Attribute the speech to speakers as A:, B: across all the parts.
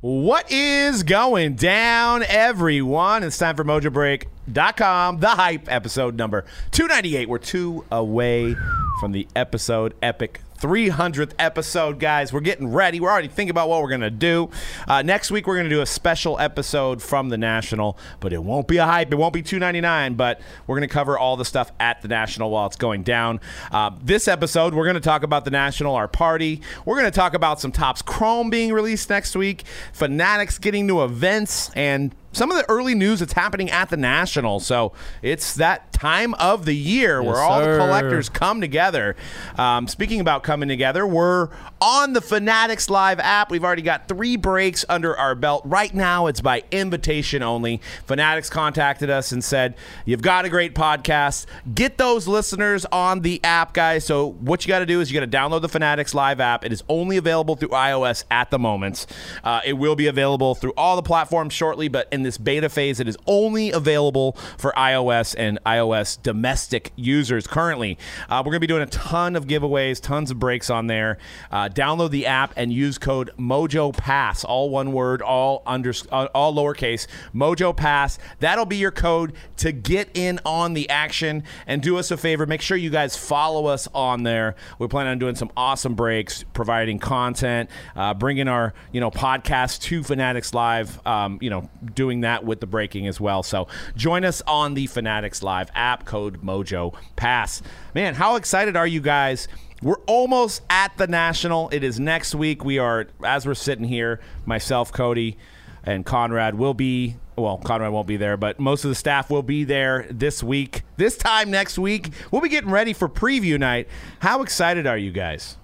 A: What is going down, everyone? It's time for MojoBreak.com, the hype episode number 298. We're two away from the episode epic 300th episode, guys. We're getting ready. We're already thinking about what we're going to do. Uh, next week, we're going to do a special episode from the National, but it won't be a hype. It won't be 299, but we're going to cover all the stuff at the National while it's going down. Uh, this episode, we're going to talk about the National, our party. We're going to talk about some Topps Chrome being released next week, Fanatics getting new events, and some of the early news that's happening at the National. So it's that time of the year where all the
B: sir.
A: collectors come together. Um, speaking about coming together, we're on the Fanatics Live app. We've already got three breaks under our belt. Right now, it's by invitation only. Fanatics contacted us and said, You've got a great podcast. Get those listeners on the app, guys. So, what you got to do is you got to download the Fanatics Live app. It is only available through iOS at the moment. Uh, it will be available through all the platforms shortly, but in this beta phase, it is only available for iOS and iOS domestic users currently. Uh, we're going to be doing a ton of giveaways, tons of breaks on there. Uh, download the app and use code MojoPass, all one word, all under, uh, all lowercase. MojoPass. That'll be your code to get in on the action and do us a favor. Make sure you guys follow us on there. We plan on doing some awesome breaks, providing content, uh, bringing our you know podcast to Fanatics Live. Um, you know, doing that with the breaking as well. So join us on the Fanatics Live app. Code Mojo Pass. Man, how excited are you guys? We're almost at the national. It is next week. We are as we're sitting here. Myself, Cody, and Conrad will be. Well, Conrad won't be there, but most of the staff will be there this week. This time next week, we'll be getting ready for preview night. How excited are you guys?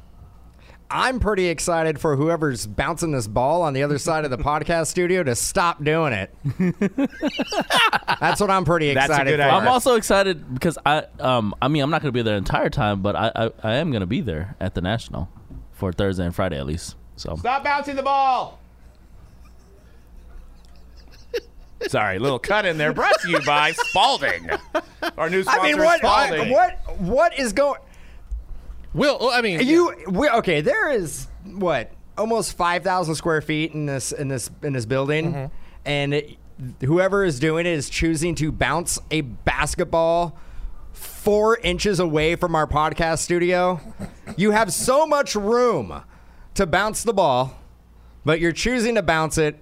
B: I'm pretty excited for whoever's bouncing this ball on the other side of the podcast studio to stop doing it. That's what I'm pretty
A: That's a
B: excited
A: good
B: for.
A: idea.
C: I'm also excited because I um I mean I'm not gonna be there the entire time, but I I, I am gonna be there at the national for Thursday and Friday at least. So
A: Stop bouncing the ball. Sorry, little cut in there. Brought to you by Spalding. Our new sponsor
B: I mean, what,
A: Spalding. oh,
B: what, what is going?
D: Will, well, I mean,
B: You we, okay? There is what almost five thousand square feet in this in this in this building, and it, whoever is doing it is choosing to bounce a basketball four inches away from our podcast studio. You have so much room to bounce the ball, but you're choosing to bounce it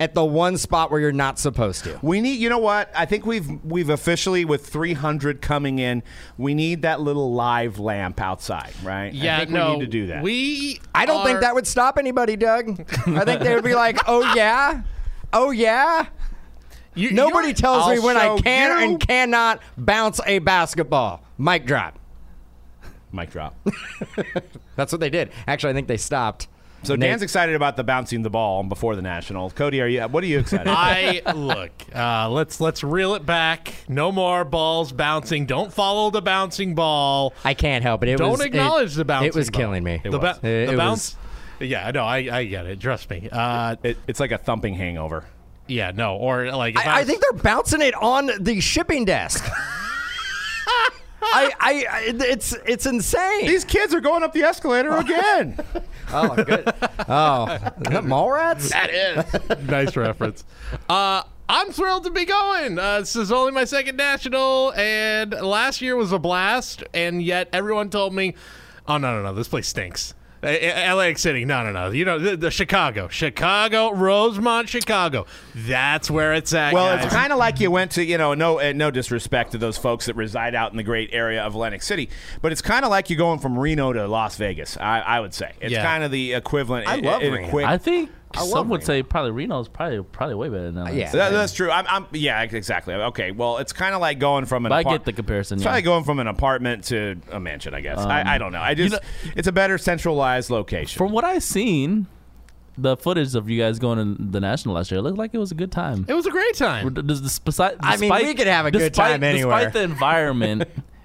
B: at the one spot where you're not supposed to.
A: We need, you know what? I think we've we've officially with 300 coming in, we need that little live lamp outside, right?
D: yeah,
A: I think
D: no,
A: we need to do that.
D: We,
B: I don't think
D: are-
B: that would stop anybody, Doug. I think they would be like, "Oh yeah, oh yeah."
D: you-
B: Nobody
D: you're-
B: tells me
A: I'll
B: when
A: show
B: I can
A: you.
B: and cannot bounce a basketball. Mic drop.
A: Mic drop.
B: That's what they did. Actually, I think they stopped.
A: So
B: And they-
A: Dan's excited about the bouncing the ball before the national. Cody, are you? What are you excited? about?
D: I look. Uh, let's let's reel it back. No more balls bouncing. Don't follow the bouncing ball.
B: I can't help it. it
D: Don't
B: was, it-
D: acknowledge the bouncing.
B: It was
D: ball.
B: killing me.
D: The, ba-
B: It- it
D: the
B: was-
D: bounce. Yeah, no, I I get it. Trust me. Uh,
A: It- it's like a thumping hangover.
D: yeah, no, or like if I,
B: I, I
D: was-
B: think they're bouncing it on the shipping desk. I, I, I- it's, it's insane.
A: These kids are going up the escalator again.
B: oh, good. Oh, is that Mallrats?
D: That is nice reference. Uh, I'm thrilled to be going. Uh, this is only my second national, and last year was a blast. And yet everyone told me, "Oh no, no, no, this place stinks." A- A- LA City, no, no, no. You know the, the Chicago, Chicago, Rosemont, Chicago. That's where it's at.
A: Well,
D: guys.
A: it's kind of like you went to, you know, no uh, no disrespect to those folks that reside out in the great area of Atlantic City, but it's kind of like you're going from Reno to Las Vegas. I, I would say it's
D: Yeah.
A: kind of the equivalent.
B: I
A: in-
B: love
A: in a
B: Reno.
A: quick-
C: I think
B: love
C: some would
B: Reno.
C: say probably Reno's probably probably way better than LA.
B: yeah.
A: That- that's true. I'm, I'm, yeah, exactly. Okay. Well, it's kind of like going from an.
C: But I
A: apart-
C: get the comparison,
A: It's
C: yeah.
A: probably going from an apartment to a mansion. I guess. I, I don't know. I just it's a better centralized location.
C: From what I've seen, the footage of you guys going to the national last year it looked like it was a good time.
D: it was a great time.
C: Does- does- besi-
B: I mean, we
C: despite-
B: could have a good
C: despite-
B: time anywhere.
C: Despite the environment,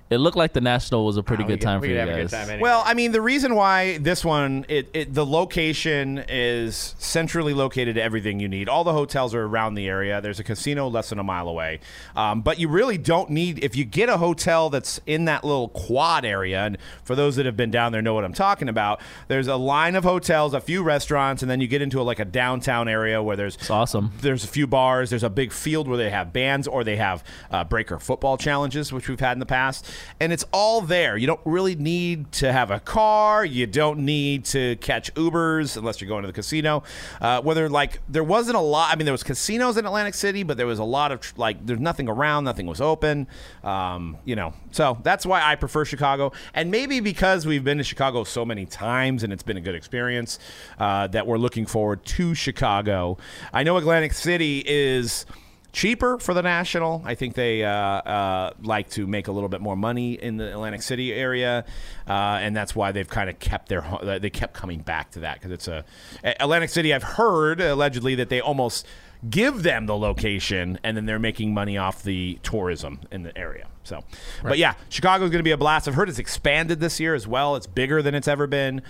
C: It looked like the national was a pretty
B: We
C: good
B: could-
C: time
B: we
C: for
B: could
C: you
B: have a good
C: guys.
B: time anyway.
A: Well, I mean, the reason why this one, it, it the location is centrally located to everything you need. All the hotels are around the area. There's a casino less than a mile away, um, but you really don't need if you get a hotel that's in that little quad area. And for those that have been down there, know what I'm talking about. There's a line of hotels, a few restaurants, and then you get into a, like a downtown area where there's
C: It's awesome.
A: there's a few bars. There's a big field where they have bands or they have uh, breaker football challenges, which we've had in the past. And it's all there. You don't really need to have a car. You don't need to catch Ubers unless you're going to the casino. Uh, whether like there wasn't a lot. I mean, there was casinos in Atlantic City, but there was a lot of tr- like there's nothing around. Nothing was open. Um, you know, so that's why I prefer Chicago. And maybe because we've been to Chicago so many times and it's been a good experience, uh, that we're looking forward to Chicago. I know Atlantic City is cheaper for the national. I think they uh, uh, like to make a little bit more money in the Atlantic City area, uh, and that's why they've kind of kept their ho- they kept coming back to that because it's a Atlantic City. I've heard allegedly that they almost give them the location and then they're making money off the tourism in the area. So, but yeah, Chicago's going to be a blast. I've heard it's expanded this year as well. It's bigger than it's ever been.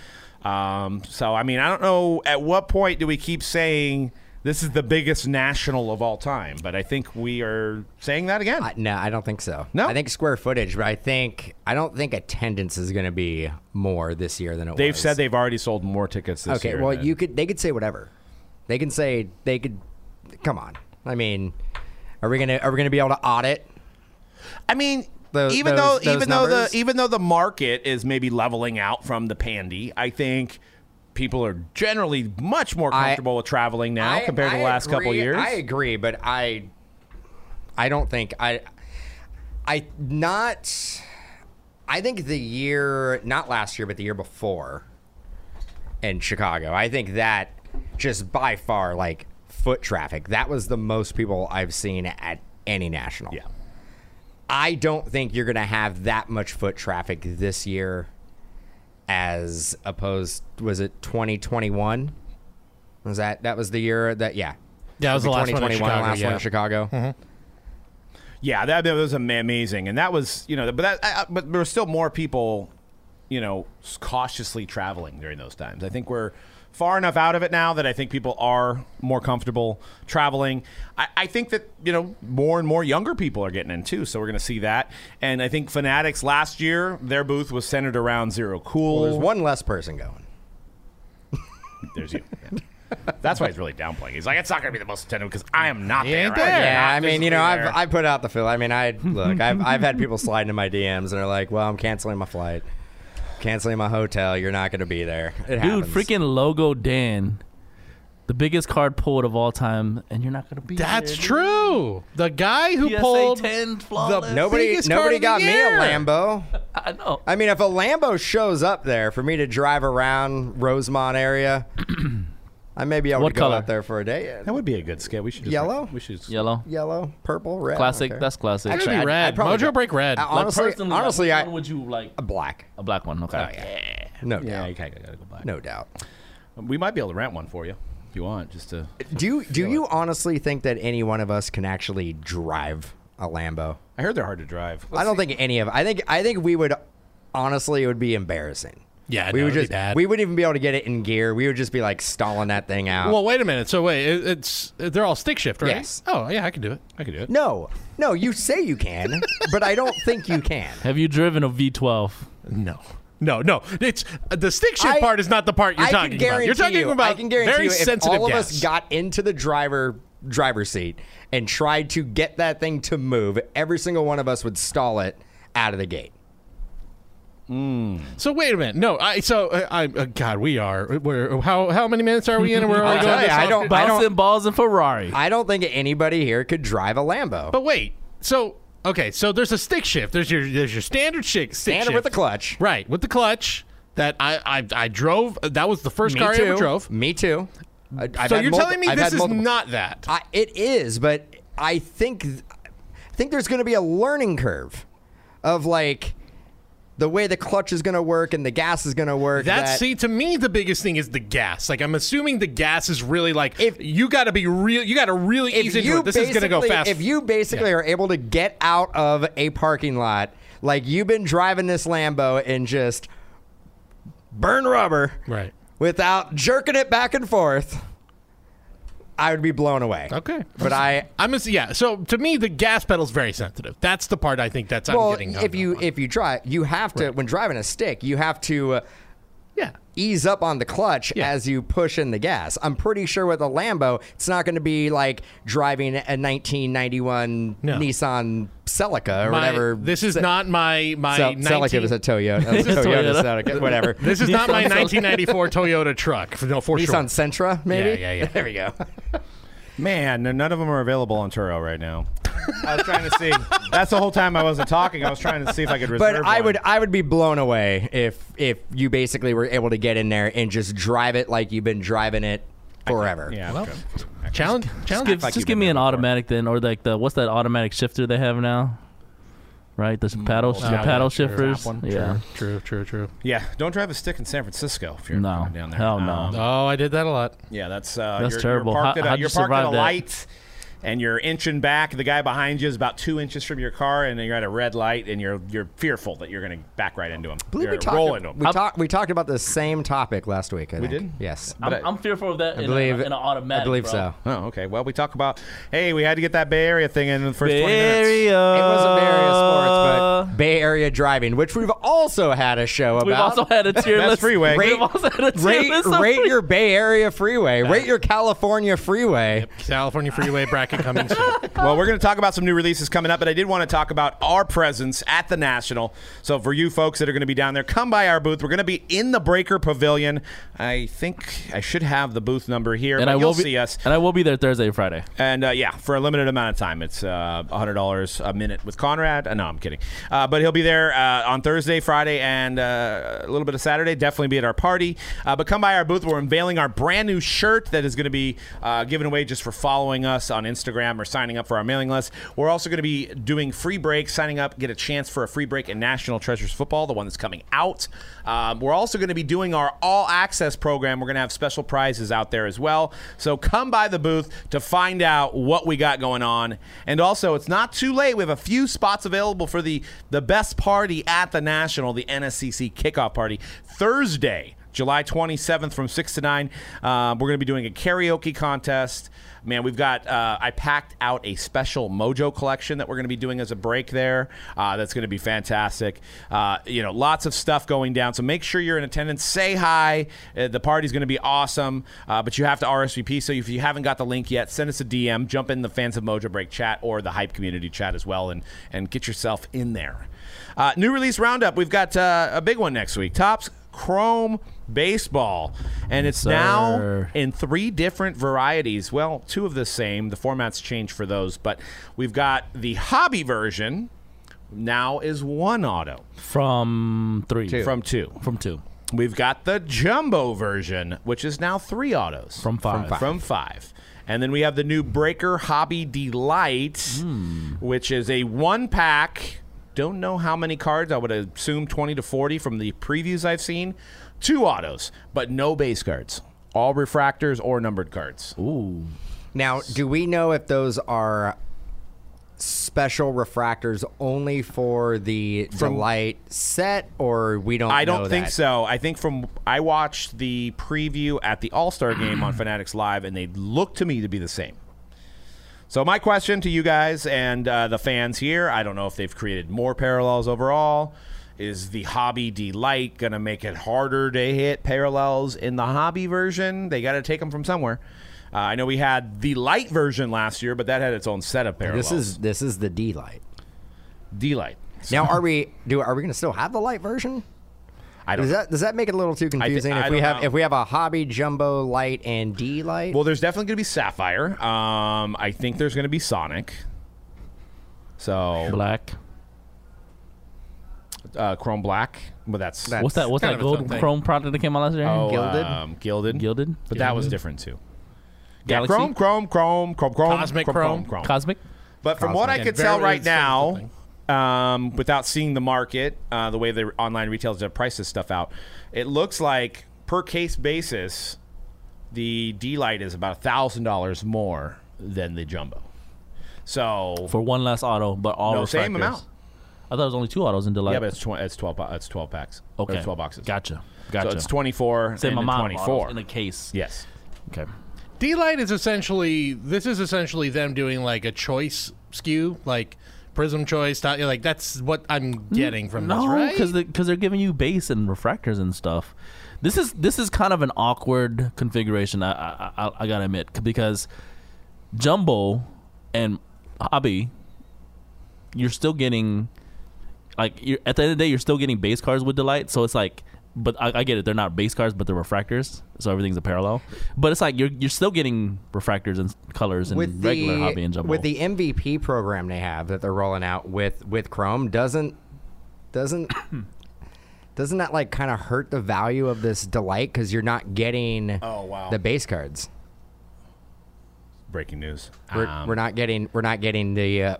A: Um, so, I mean, I don't know at what point do we keep saying this is the biggest national of all time, but I think we are saying that again.
B: I, no, I don't think so.
A: No?
B: I think square footage, but I think I don't think attendance is going to be more this year than it
A: they've
B: was.
A: said they've already sold more tickets this
B: Okay,
A: year.
B: well,
A: than-
B: you could. They could say whatever. They can say they could. Come on. I mean, are we gonna are we gonna be able to audit?
A: I mean,
B: Tho-
A: even
B: those-
A: though
B: those
A: even though
B: numbers?
A: the even though the market is maybe leveling out from the pandy, I think people are generally much more
B: I-
A: comfortable with traveling now
B: I-
A: compared to
B: I
A: the last couple
B: agree-
A: years.
B: I agree, but I I don't think I I not I think the year not last year but the year before in Chicago. I think that just by far like foot traffic. That was the most people I've seen at any national.
A: yeah.
B: I don't think you're going to have that much foot traffic this year as opposed was it 2021? Was that that was the year that yeah.
D: Yeah, it was the last one
B: 2021,
D: in Chicago,
B: last one
D: yeah.
B: in Chicago.
A: Yeah, that, that was ama- amazing, and that was you know, but that, I, I- but there were still more people, you know, s- cautiously traveling during those times. I think we're far enough out of it now that I think people are more comfortable traveling. I, I think that you know more and more younger people are getting in too, so we're going to see that. And I think Fanatics last year, their booth was centered around Zero Cool.
B: Well, there's one less person going.
A: There's you. Yeah. That's why he's really downplaying. He's like, it's not going to be the most attended because I am not there.
D: ain't
A: I am
D: there.
B: Yeah,
A: not
B: I mean, you know,
A: physically
B: I've
A: there."
B: I put out the fill. I mean, I look, I've I've had people slide into my DMs and are like, "Well, I'm canceling my flight, canceling my hotel. You're not going to be there." It
C: Dude,
B: happens.
C: freaking Logo Dan, the biggest card pulled of all time, and you're not going to be
D: That's
C: there, dude.
D: true. The guy who
C: PSA
D: pulled
C: 10
D: the
C: flawless.
B: nobody
D: biggest card
B: nobody
D: of the
B: got me a
D: year.
B: Lambo.
C: I know.
B: I mean, if a Lambo shows up there for me to drive around Rosemont area, I may be able
C: What
B: to go
C: color?
B: out there for a day. Yeah,
A: That would be a good skit. We should just
B: Yellow?
A: We should.
C: Yellow.
B: Yellow, purple, red. I don't
C: Classic.
B: care.
C: That's classic.
D: Actually,
B: I'd-
D: red.
B: I'd probably
D: Mojo
B: go-
D: break red.
B: I-
D: Like,
C: Like,
B: honestly,
C: personally, like,
B: honestly,
C: which
B: I
C: one would you like? Oh,
B: a black.
C: A black one. Okay.
B: No
A: Yeah,
B: doubt.
A: you kind of gotta go back.
B: No doubt.
A: We might be able to rent one for you if you want, just to.
B: Do you, do you honestly think that any one of us can actually drive a Lambo?
A: I heard they're hard to drive.
B: I don't think any of. I think I think we would honestly it would be embarrassing.
D: Yeah,
B: we
D: no,
B: would
D: it'd be
B: just
D: bad.
B: we wouldn't even be able to get it in gear. We would just be like stalling that thing out.
D: well, wait a minute. So wait, it, it's they're all stick shift, right?
B: Uh, Yes.
D: Oh yeah, I can do it. I can do it.
B: no, no, you say you can, but I don't think you can.
C: Have you driven a V12?
D: No. No, no. It's uh, the stick shift
B: I-
D: part is not the part you're
B: I
D: talking
B: can
D: about. You're
B: guarantee
D: talking
B: you-
D: about
B: I can guarantee
D: very
B: you, if
D: sensitive
B: all of
D: guests.
B: us got into the driver driver's seat and tried to get that thing to move, every single one of us would stall it out of the gate.
D: so wait a minute. No, I so uh, I uh, God, we are. We're, how how many minutes are we in? And where are we
B: I'll
D: going?
B: tell you,
D: This
B: I
D: off-
B: don't- I don't-
C: Bouncing balls and Ferrari.
B: I don't think anybody here could drive a Lambo.
D: But wait. So okay. So there's a stick shift. There's your there's your standard shake. Stick
B: Standard with
D: shift.
B: the clutch.
D: Right with the clutch. That I I, I drove. That was the first
B: Me
D: car
B: too.
D: I ever drove.
B: Me too. I, I've
D: so
B: had
D: you're
B: multi-
D: telling me
B: I've
D: this
B: had
D: is
B: multiple-
D: not that?
B: I, it is, but I think I think there's going to be a learning curve of like the way the clutch is going to work and the gas is going to work.
D: That's
B: that-
D: see to me the biggest thing is the gas. Like I'm assuming the gas is really like
B: If-
D: you got to be real. You got to really ease into it. This is gonna go
B: basically-
D: fast.
B: If you basically are able to get out of a parking lot Like you've been driving this Lambo and just burn rubber
D: Right.
B: without jerking it back and forth. I would be blown away.
D: Okay.
B: But I
D: I'm just, yeah. So to me, the gas pedal's very sensitive. That's the part I think that's I'm
B: well,
D: getting. hung
B: if you
D: up on.
B: if you drive, you have to when driving a stick, you have to uh,
D: yeah,
B: ease up on the clutch
D: Yeah.
B: as you push in the gas. I'm pretty sure with a Lambo, it's not going to be like driving a 1991
D: No.
B: Nissan Celica or
D: My-
B: whatever.
D: This is
B: Ce-
D: not my my.
B: Cel-
D: 19
B: Celica is a Toyota. That's
C: This is
B: Toyota
C: Toyota.
B: Celica, whatever.
D: This is not my 1994 Toyota truck. for- No, for sure.
B: Nissan Sentra, maybe.
D: Yeah, yeah, yeah.
B: there we go.
A: Man, n- none of them are available on Turo right now. I was trying to see. That's the whole time I wasn't talking. I was trying to see if I could reserve.
B: But I
A: one.
B: would I would be blown away if if you basically were able to get in there and just drive it like you've been driving it forever.
A: Yeah.
D: Well,
A: okay.
D: challenge, challenge.
C: Give-
A: like
C: just
A: you've
C: give
A: been
C: me
A: there
C: an
A: before.
C: automatic then, or like the what's that automatic shifter they have now? Right, the s- paddle, the
D: Yeah,
C: paddle
D: sure.
C: shifters. Yeah,
D: True, true, true.
A: Yeah. Don't drive a stick in San Francisco if you're
C: No.
A: going down there.
C: Hell no.
A: Um,
D: Oh, I did that a lot.
A: Yeah, that's uh,
C: That's
A: you're,
C: terrible.
A: You're
C: How-
A: parked, at, a,
C: how'd you
A: you're parked at a
C: survive that?
A: light, and you're inching back. The guy behind you is about two inches from your car, and then you're at a red light, and you're you're fearful that you're going to back right into him.
B: I believe
A: You're
B: we
A: gonna roll
B: talked,
A: into him.
B: we, talked, we talked about the same topic last week. I we
A: did?
B: Yes.
C: I'm,
A: But I-
C: I'm fearful of that. in,
B: believe-
C: a, in an automatic.
B: I believe
C: bro.
B: so.
A: Oh, okay. Well, we talk about hey, we had to get that Bay Area thing in the first twenty minutes.
C: Area. It
B: It wasn't Bay Area sports, but Bay Area driving, which we've also had a show about.
C: we've also had a tier
A: That's
C: list.
A: freeway.
C: We've also had a tier
B: rate,
C: list. of
B: rate
C: free-
B: your Bay Area freeway. Rate your California freeway.
D: California freeway bracket coming soon.
A: Well, we're going to talk about some new releases coming up, but I did want to talk about our presence at the National. So, for you folks that are going to be down there, come by our booth. We're going to be in the Breaker Pavilion. I think I should have the booth number here,
C: and
A: but
C: I
A: you'll
C: will be,
A: see us.
C: And I will be there Thursday and Friday.
A: And uh, yeah, for a limited amount of time, it's uh, $100 a minute with Conrad. Uh, no, I'm kidding. Uh, but he'll be there uh, on Thursday, Friday, and uh, a little bit of Saturday. Definitely be at our party. Uh, but come by our booth. We're unveiling our brand new shirt that is going to be uh, given away just for following us on Instagram or signing up for our mailing list. We're also going to be doing free breaks, signing up, get a chance for a free break in National Treasures Football, the one that's coming out. Um, we're also going to be doing our all access program. We're going to have special prizes out there as well. So come by the booth to find out what we got going on. And also, it's not too late. We have a few spots available for the, the best party at the National, the NSCC kickoff party, Thursday. July 27th from 6 to 9. Uh, we're going to be doing a karaoke contest. Man, we've got, uh, I packed out a special Mojo collection that we're going to be doing as a break there. Uh, that's going to be fantastic. Uh, you know, lots of stuff going down. So make sure you're in attendance. Say hi. Uh, the party's going to be awesome, uh, but you have to RSVP. So if you haven't got the link yet, send us a DM. Jump in the Fans of Mojo Break chat or the Hype Community chat as well and, and get yourself in there. Uh, new release roundup. We've got uh, a big one next week. Tops Chrome Baseball, and it's now
C: sir.
A: in three different varieties. Well, two of the same. The formats change for those, but we've got the hobby version. Now is one auto
C: From three.
A: from two.
C: From two.
A: We've got the jumbo version, which is now three autos
C: From five. From five.
A: From five. And then we have the new Breaker Hobby Delight,
C: Hmm.
A: which is a one pack. Don't know how many cards. I would assume 20 to 40 from the previews I've seen. Two autos, but no base cards. All refractors or numbered cards.
C: Ooh.
B: Now, do we know if those are special refractors only for the delight set, or we don't?
A: I
B: know
A: don't think
B: that?
A: so. I think from I watched the preview at the All Star game on Fanatics Live, and they looked to me to be the same. So my question to you guys and uh, the fans here, I don't know if they've created more parallels overall. Is the hobby delight going to make it harder to hit parallels in the hobby version? They got to take them from somewhere. Uh, I know we had the light version last year, but that had its own set of parallels.
B: This is this is the delight.
A: delight.
B: Now, are we do are we going to still have the light version?
A: I don't.
B: Does that does that make it a little too confusing?
A: I
B: if we
A: don't
B: have
A: know.
B: if we have a hobby jumbo light and D light,
A: Well, there's definitely going to be Sapphire. Um, I think there's going to be Sonic. So
C: Black.
A: uh, Chrome Black, but that's,
B: That-
C: What's that? What's
D: kind
C: that
D: of its own
C: gold
D: thing.
C: chrome product that came out last year?
A: oh,
B: Gilded?
A: um, gilded,
C: Gilded?
A: But that was
C: Gilded?
A: different too. Yeah,
C: Galaxy?
A: Chrome, Chrome, Chrome, Chrome, Chrome,
D: Cosmic Chrome.
A: Chrome.
C: Cosmic.
A: But from what I
D: Cosmic.
A: could
D: Yeah,
A: tell
D: very
A: right now,
D: simple
A: um, without seeing the market, uh, the way the online retailers have priced this stuff out, it looks like per case basis, the D light is about thousand dollars more than the jumbo. So
C: For one less auto, but all
A: No, same
C: refractors.
A: amount.
C: I thought it was only two autos in Delight.
A: Yeah, but it's tw- it's twelve. bo- It's twelve packs. Or
C: okay,
A: twelve boxes.
C: Gotcha, gotcha.
A: So it's twenty four and
C: Say my
A: then
C: mom
A: twenty
C: autos
A: four.
C: in a case.
A: Yes.
C: Okay.
D: D Light is essentially this is essentially them doing like a choice skew, like Prism choice. Top, like that's what I'm getting from this,
C: No,
D: right?
C: because they're giving you base and refractors and stuff. This is this is kind of an awkward configuration. I I, I, I gotta admit c- because jumbo and hobby, you're still getting like you're, at the end of the day, you're still getting base cards with delight. So it's like, but I, I get it. They're not base cards, but they're refractors. So everything's a parallel. But it's like you're you're still getting refractors and s- colors and
B: with
C: regular
B: the
C: hobby and jumbo.
B: with the MVP program they have that they're rolling out with with Chrome doesn't doesn't doesn't that like kind of hurt the value of this delight because you're not getting
A: Oh, wow.
B: the base cards.
A: Breaking news.
B: We're,
A: Um,
B: we're not getting we're not getting the uh,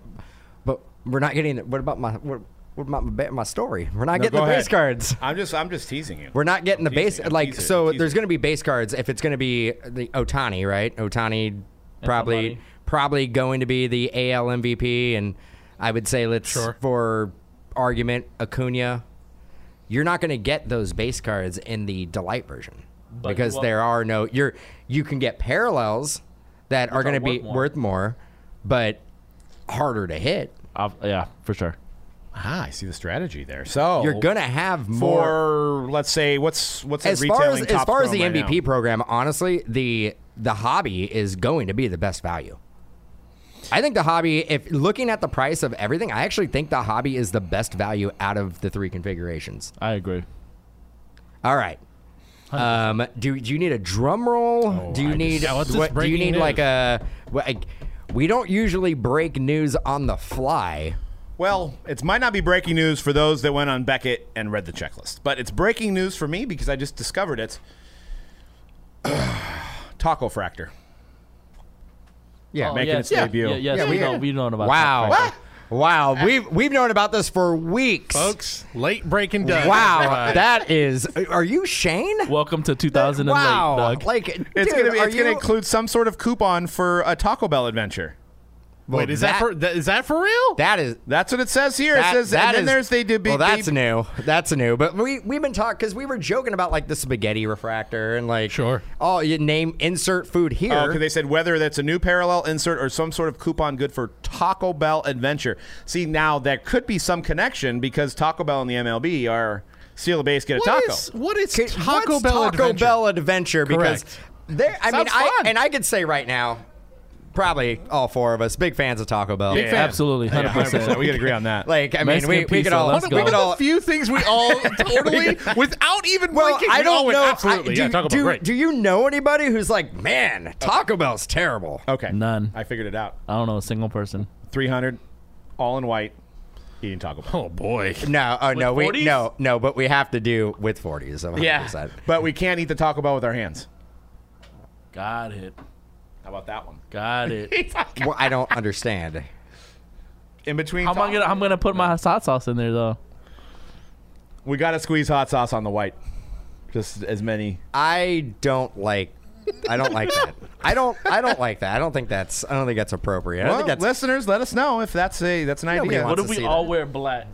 B: but we're not getting the, what about my what, what about my, ba- my story? We're not
A: no,
B: getting
A: go
B: the base
A: ahead.
B: cards.
A: I'm just I'm just teasing you.
B: We're not getting the
A: I'm
B: base
A: teasing, I'm
B: like
A: teasing,
B: so.
A: I'm teasing.
B: There's going to be base cards if it's going to be the Otani, right? Otani probably
C: somebody.
B: probably going to be the AL MVP, and I would say let's
D: Sure.
B: for argument Acuna. You're not going to get those base cards in the Delight version
C: But-
B: because
C: well-
B: there are no. You're you can get parallels that are
C: are
B: going to be
C: worth more.
B: worth more, but harder to hit.
C: Of- yeah, for sure.
A: ah, I see the strategy there. So
C: Oh.
B: You're going to have more
A: for let's say what's what's
B: as
A: the
B: far
A: retailing
B: as as
A: top
B: far as the
A: chrome right
B: MVP
A: now?
B: program, honestly, the the hobby is going to be the best value. I think the hobby, if looking at the price of everything, I actually think the hobby is the best value out of the three configurations.
C: I agree.
B: All right. Um, do, do you need a drum roll? do you
A: I
B: need
D: Oh, Yeah, what's this
B: what, do you
D: breaking
B: need
D: news?
B: like a like, we don't usually break news on the fly.
A: Well, it might not be breaking news for those that went on Beckett and read the checklist, but it's breaking news for me because I just discovered it. Taco Fractor
B: Yeah.
A: making
C: yes,
A: its
C: Oh, yeah,
A: debut.
C: Yeah, yes,
B: Yeah,
C: we
B: we-
C: know we know about
B: wow.
C: Top Five.
B: Wow. We've we've known about this for weeks.
D: folks, late breaking down.
B: Wow, that is. Are you Shane?
C: Welcome to 2000 and
B: wow,
C: late, Doug.
B: like
A: It's
B: dude,
A: gonna be,
B: are
A: it's gonna
B: you-
A: include some sort of coupon for a Taco Bell adventure.
B: well,
D: Wait, is that, for that, is that for real?
B: that is
A: That's what it says here.
B: that,
A: it says and
B: that
A: then there's
B: is-
A: they did be-
B: Well, that's
A: they-
B: new. That's new. But we we've been talking because we were joking about like the spaghetti refractor and like
D: Sure.
B: Oh, you name insert food here.
A: Oh, 'cause they said whether that's a new parallel insert or some sort of coupon good for Taco Bell Adventure. See, now there could be some connection because Taco Bell and the MLB are steal a base, get a
D: What
A: taco.
D: is- what is
B: Okay,
D: Taco
B: what's
D: Bell
B: Taco
D: Adventure?
B: Bell Adventure because
D: Correct.
B: there. I mean,
D: Sounds
B: I
D: fun.
B: and I could say right now, probably all four of us big fans of Taco Bell.
A: Yeah,
C: Absolutely, 100%.
A: We could agree on that.
B: Like I mean,
C: Mexican
B: we, we could
C: pizza,
B: all
C: let's
B: we
C: go.
B: could
D: One of
B: all
D: the few things we all totally, without even
B: Well,
D: blinking,
B: I
D: we all
B: don't
D: went,
B: know.
D: Absolutely,
B: I,
D: yeah,
B: do,
D: Taco Bell,
B: do-
D: right.
B: do you know anybody who's like, man, Taco Bell's terrible? Uh,
A: okay,
C: None.
A: I figured it out.
C: I don't know a single person.
A: Three hundred, all in white, eating Taco Bell.
D: oh boy,
B: No, oh no, we
C: 40s?
B: no, no, but we have to do with forties. Yeah,
A: but we can't eat the Taco Bell with our hands.
C: Got it.
A: How about that one?
C: Got it.
B: well, I don't understand.
A: In between,
C: How am I
A: Taco-
C: gonna? I'm gonna put my hot sauce in there though.
A: we got to squeeze hot sauce on the white. Just as many.
B: I don't like. I don't like that. I don't. I don't like that. I don't think that's. I don't think that's appropriate. I don't
A: Well,
B: think that's.
A: listeners, let us know if that's a that's an
B: Nobody
A: idea.
B: wants
C: What
B: to
C: if we
B: see
C: all
B: that.
C: wear black?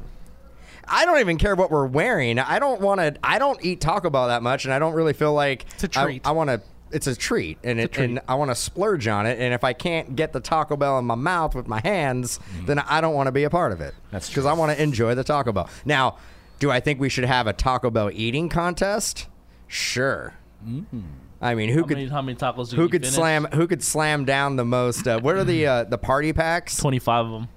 B: I don't even care what we're wearing. I don't want to. I don't eat Taco Bell that much, and I don't really feel like it's
D: a treat.
B: I, want to. It's a treat, and it, and I want to splurge on it. And if I can't get the Taco Bell in my mouth with my hands, then I don't want to be a part of it.
A: That's
B: because I want to enjoy the Taco Bell. Now, do I think we should have a Taco Bell eating contest? Sure. I mean, who
C: How
B: could
C: many, how many tacos? Did
B: who
C: you
B: could
C: finish?
B: slam who could slam down the most? Uh, what are the uh, the party packs?
C: Twenty five of them.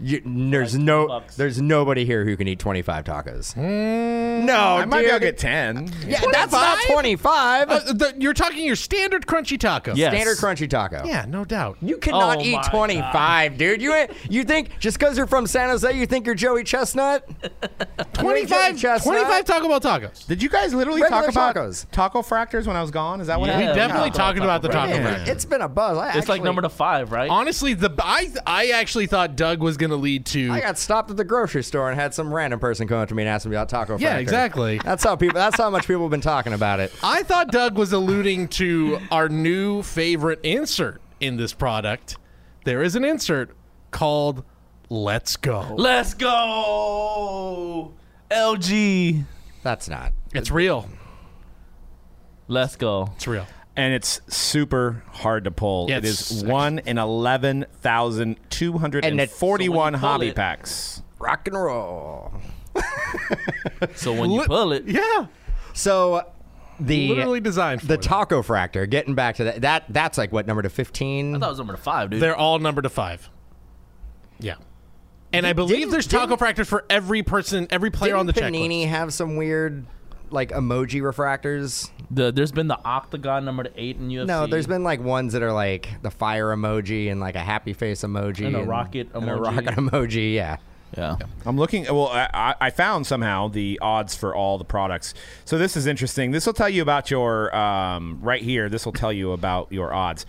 B: You, there's
C: Like
B: no,
C: bucks.
B: there's nobody here who can eat 25 tacos. no,
A: I might be able
B: dude.
A: to get ten.
B: Yeah, that's not 25.
D: Uh, the, you're talking your standard crunchy taco.
C: Yeah.
B: Standard
C: yes.
B: crunchy taco.
D: yeah, no doubt.
B: You cannot
C: Oh
B: eat
C: my
B: 25, dude. You ain't- you think just because you're from San Jose, you think you're Joey Chestnut? You ain't Joey
D: 25,
B: Chestnut.
D: 25 Taco Bell tacos.
A: Did you guys literally
B: Regular
A: talk about
B: tacos.
A: taco fractors when I was gone? Is that what
C: Yeah,
A: happened?
D: We definitely
C: Taco Bell,
D: talking about the
C: Bell.
D: Taco
C: Yeah.
D: Bell.
B: It's been a buzz. I
C: It's like
B: actually-
C: number to five, right?
D: Honestly, the I I actually thought Doug was going to lead to
B: I got stopped at the grocery store and had some random person come up to me and ask me about taco. Fractor.
D: Yeah, exactly.
B: That's how people. That's how much people have been talking about it.
D: I thought Doug was alluding to our new favorite insert in this product. There is an insert called Let's go.
C: Let's go, LG.
B: That's not.
D: It's real.
C: Let's go.
D: It's real.
A: and it's super hard to pull.
D: Yeah,
A: it
D: it's-
A: is one in eleven thousand two hundred and forty-one
C: And it's- so when you pull
A: hobby
C: it-
A: packs.
B: Rock and roll.
C: So when you
D: Li-
C: pull it,
D: Yeah.
B: So the
D: Literally designed for
B: the
D: them.
B: taco fractor. Getting back to that, that that's like what number to fifteen.
C: I thought it was number five, dude.
D: They're all numbered to five. Yeah. And I believe
B: didn't-
D: there's taco
B: didn't-
D: fractors for every person, every player
B: Didn't
D: on the
B: Panini
D: checklist.
B: have some weird like emoji refractors?
C: The- there's been the octagon number to eight in UFC.
B: No, there's been like ones that are like the fire emoji and like a happy face emoji
C: And a rocket
B: and a
C: emoji.
B: rocket emoji. Yeah,
C: yeah.
A: I'm looking. Well, I, I- I found somehow the odds for all the products. So this is interesting. This will tell you about your um, right here. This will tell you about your odds.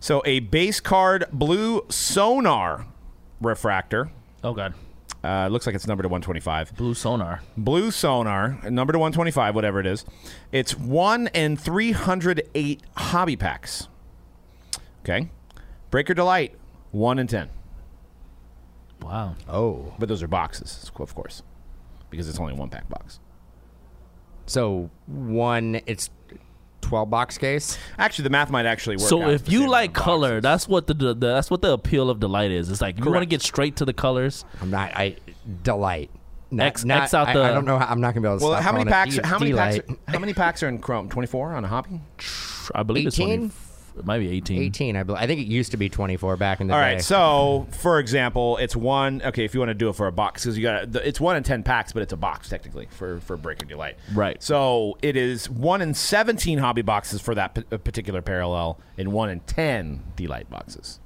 A: So a base card blue sonar refractor.
C: Oh god,
A: Uh, looks like it's numbered to 125.
C: blue sonar.
A: Blue sonar, number to 125, whatever it is. It's one in 308 hobby packs. Okay. Breaker Delight, one in 10.
C: Wow.
B: Oh,
A: But those are boxes, of course, because it's only one pack box.
B: so one it's twelve box case.
A: Actually, the math might actually work.
C: So
A: out
C: if
A: the
C: you
A: same
C: like
A: amount of
C: color,
A: boxes.
C: that's what the, the that's what the appeal of delight is. It's like you want to
A: Correct.
C: get straight to the colors.
B: I'm not. I delight. Not,
C: X-
B: not-
C: X out
B: I,
C: the-
B: I don't know. How, I'm not gonna be able to.
A: Well,
B: stop
A: how many
B: calling
A: packs?
B: it
A: how many packs?
B: delight.
A: How many packs are in Chrome? Twenty-four on a hobby.
C: I believe it's
B: 18?
C: 20, it might be 18.
B: Eighteen. I, believe. I think it used to be twenty-four back in the
A: All
B: day.
A: right. So, for example, it's one. Okay, if you want to do it for a box, because you got it's one in ten packs, but it's a box technically for for Breaker Delight.
C: Right.
A: So it is one in seventeen hobby boxes for that p- uh, particular parallel, and one in ten Delight boxes.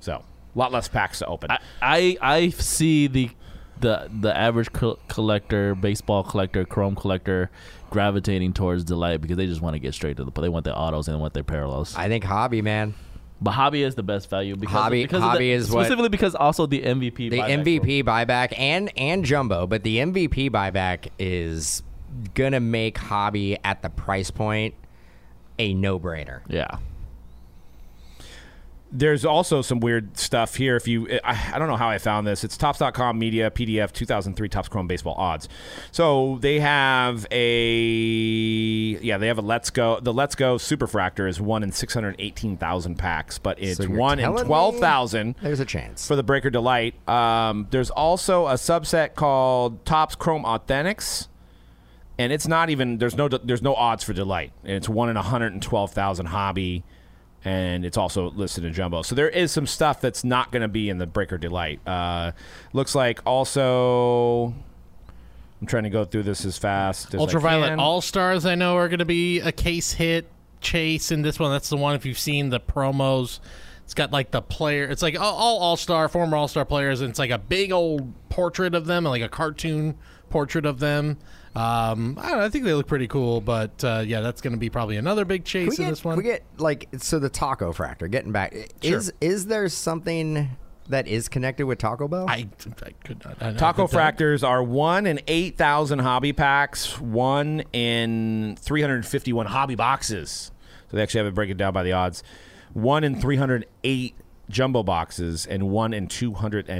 A: So a lot less packs to open.
C: I, I I see the the the average co- collector, baseball collector, Chrome collector, gravitating towards delight because they just want to get straight to the. They want their autos and they want their parallels.
B: I think hobby, man.
C: but hobby is the best value because
B: Hobby-
C: because
B: hobby
C: of the,
B: is what-
C: specifically because also the MVP.
B: The
C: buyback rule.
B: MVP buyback and and jumbo, but the MVP buyback is gonna make hobby at the price point a no-brainer.
C: Yeah.
A: There's also some weird stuff here. If you, I, I don't know how I found this. It's tops.com media PDF 2003 tops Chrome baseball odds. So they have a, yeah, they have a let's go. The let's go superfractor is one in 618,000 packs, but it's
B: So you're
A: one in
B: telling me-
A: 12,000
B: There's a chance.
A: for the Breaker Delight. Um, there's also a subset called Tops Chrome Authentics, and it's not even there's no there's no odds for Delight, and it's one in hundred and twelve thousand hobby, and it's also listed in jumbo. So there is some stuff that's not going to be in the Breaker Delight. Uh, looks like also. I'm trying to go through this as fast as I
D: Ultraviolet
A: can.
D: All Stars, I know, are going to be a case hit chase in this one. That's the one if you've seen the promos. It's got like the player. It's like all- all All Star, former All Star players, and it's like a big old portrait of them, like a cartoon portrait of them. Um, I, don't know, I think they look pretty cool, but uh, yeah, that's going to be probably another big
B: Can we
D: chase in
B: get,
D: this one.
B: can we get like so the taco fractor. Getting back, i-
D: Sure.
B: is is there something that is connected with Taco Bell?
D: I, I could not. I,
A: Taco
D: I could not-
A: fractors are one in 8,000 hobby packs, one in 351 hobby boxes. So they actually have it break it down by the odds. One in 308 jumbo boxes, and one in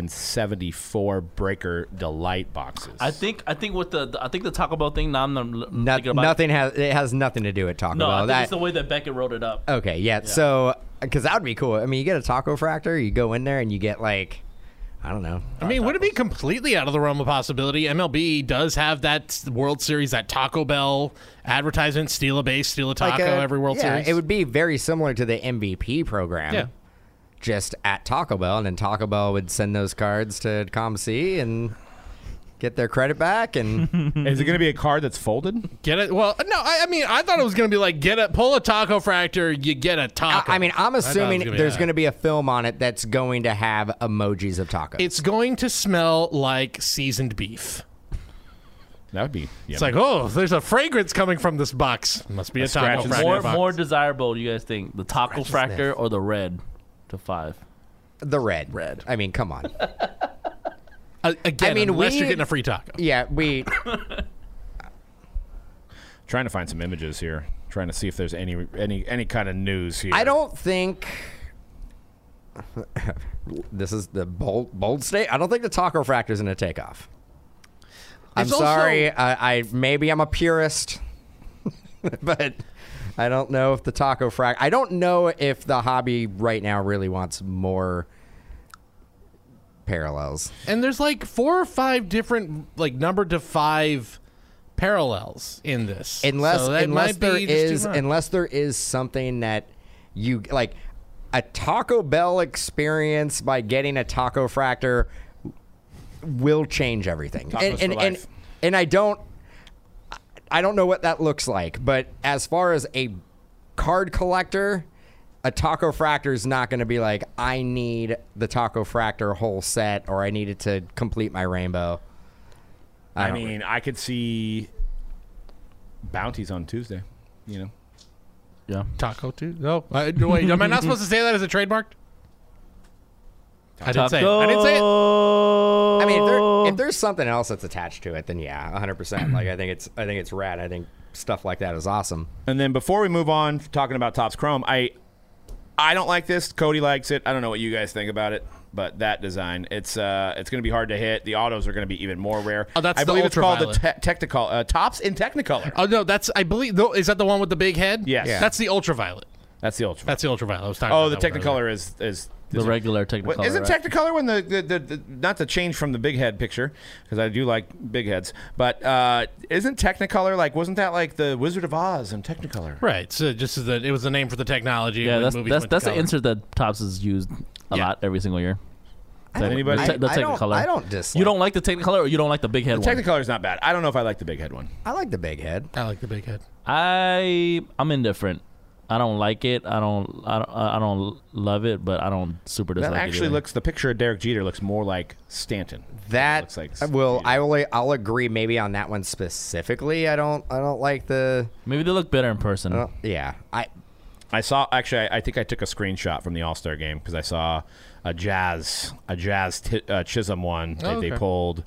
A: 274 breaker delight boxes.
C: I think I think with the, I think the Taco Bell thing. Now I'm not,
B: No-
C: thinking about it.
B: nothing has it has nothing to do with Taco
C: No, I
B: Bell.
C: think it's the way that Beckett wrote it up.
B: okay, yeah. So because that would be cool. I mean, you get a taco fractor, you go in there and you get like, I don't know,
D: I mean, would it be completely out of the realm of possibility? MLB does have that World Series, that Taco Bell advertisement, steal a base, steal a taco
B: like a-
D: every World
B: yeah,
D: Series.
B: It would be very similar to the MVP program.
D: Yeah.
B: Just at Taco Bell, and then Taco Bell would send those cards to ComC and get their credit back. And
A: Is it going to be a card that's folded?
D: Get it? Well, no. I, I mean, I thought it was gonna be like get a pull a taco fractor, you get a taco.
B: I mean, I'm
D: I thought it was
B: assuming
D: gonna be
B: there's
D: that.
B: going to be a film on it that's going to have emojis of tacos.
D: it's going to smell like seasoned beef.
A: That would be.
D: It's like, oh, there's a fragrance coming from this box. Must be a,
A: scratch
D: taco
A: and
D: fractor.
C: More
D: box.
C: more desirable, you guys think the Taco
B: Scratch
C: Fractor or the Red to five?
B: the red. Red. I mean, come on.
D: A- again,
B: I mean,
D: unless
B: we-
D: you're getting a free taco.
B: yeah, we.
A: trying to find some images here, trying to see if there's any any any kind of news here.
B: I don't think this is the bold bold state. I don't think the taco refractor is going to take off. I'm
D: It's also-
B: sorry. I, I maybe I'm a purist, but I don't know if the taco frac. I don't know if the hobby right now really wants more parallels.
D: And there's like four or five different like number to five parallels in this.
B: unless
D: So that
B: unless
D: might
B: there
D: be just too
B: is
D: much.
B: unless there is something that you like a Taco Bell experience by getting a taco fractor will change everything.
A: Tacos
B: and, and,
A: for
B: and
A: life.
B: and I don't I don't know what that looks like, but as far as a card collector, a taco fractor is not going to be like I need the taco fractor whole set or I need it to complete my rainbow.
A: I,
B: don't-
A: mean, I could see bounties on Tuesday. You know,
C: Yeah.
D: Taco too? No. I, wait, am I not supposed to say that as a trademark? I didn't say it. I didn't say it.
C: Taco.
B: I mean, if,
C: Oh.
B: there, if there's something else that's attached to it, then yeah, 100. percent Like I think it's I think it's rad. I think stuff like that is awesome.
A: and then before we move on, talking about tops chrome, I I don't like this. Cody likes it. I don't know what you guys think about it, but that design, it's uh, it's going to be hard to hit. The autos are going to be even more rare.
D: Oh, that's
A: I
D: the
A: believe it's called the
D: ultraviolet.
A: te- Technicolor uh, tops in Technicolor.
D: Oh no, that's I believe. No, is that the one with the big head?
A: Yes. Yeah.
D: That's the ultraviolet.
A: that's the ultraviolet.
D: That's the ultraviolet. I was talking.
A: oh, the
D: about that one earlier.
A: Technicolor is is.
C: the
A: is-
C: regular
A: Well,
C: Technicolor.
A: isn't
C: right?
A: Technicolor when the, the, the, the not to change from the big head picture because I do like big heads, but uh, isn't Technicolor like wasn't that like the Wizard of Oz and Technicolor?
D: Right. So just as the it was the name for the technology.
C: Yeah,
D: when
C: that's
D: movies
C: that's
D: went to
C: that's the
D: color.
C: insert that Tops is used a
D: Yeah.
C: lot every single year.
A: don't- Anybody-
C: The, te- the
B: I, I
C: Technicolor.
B: don't, I don't dislike.
C: You don't like the Technicolor, or you don't like the big head one.
A: Technicolor's not bad. I don't know if I like the big head one.
B: I like the big head.
D: I like the big head.
C: I I'm indifferent. I don't like it. I don't. I don't. I don't love it, but I don't super dislike
A: That
C: it.
A: actually
C: either.
A: looks the picture of Derek Jeter looks more like Stanton.
B: That
A: Looks like
B: will I will I'll agree maybe on that one specifically. I don't I don't like the
C: Maybe they look better in person.
B: I don't- yeah I
A: I saw actually I, I think I took a screenshot from the All Star game because I saw a jazz a jazz t- uh, Chisholm one that
D: Oh,
A: they
D: okay.
A: pulled,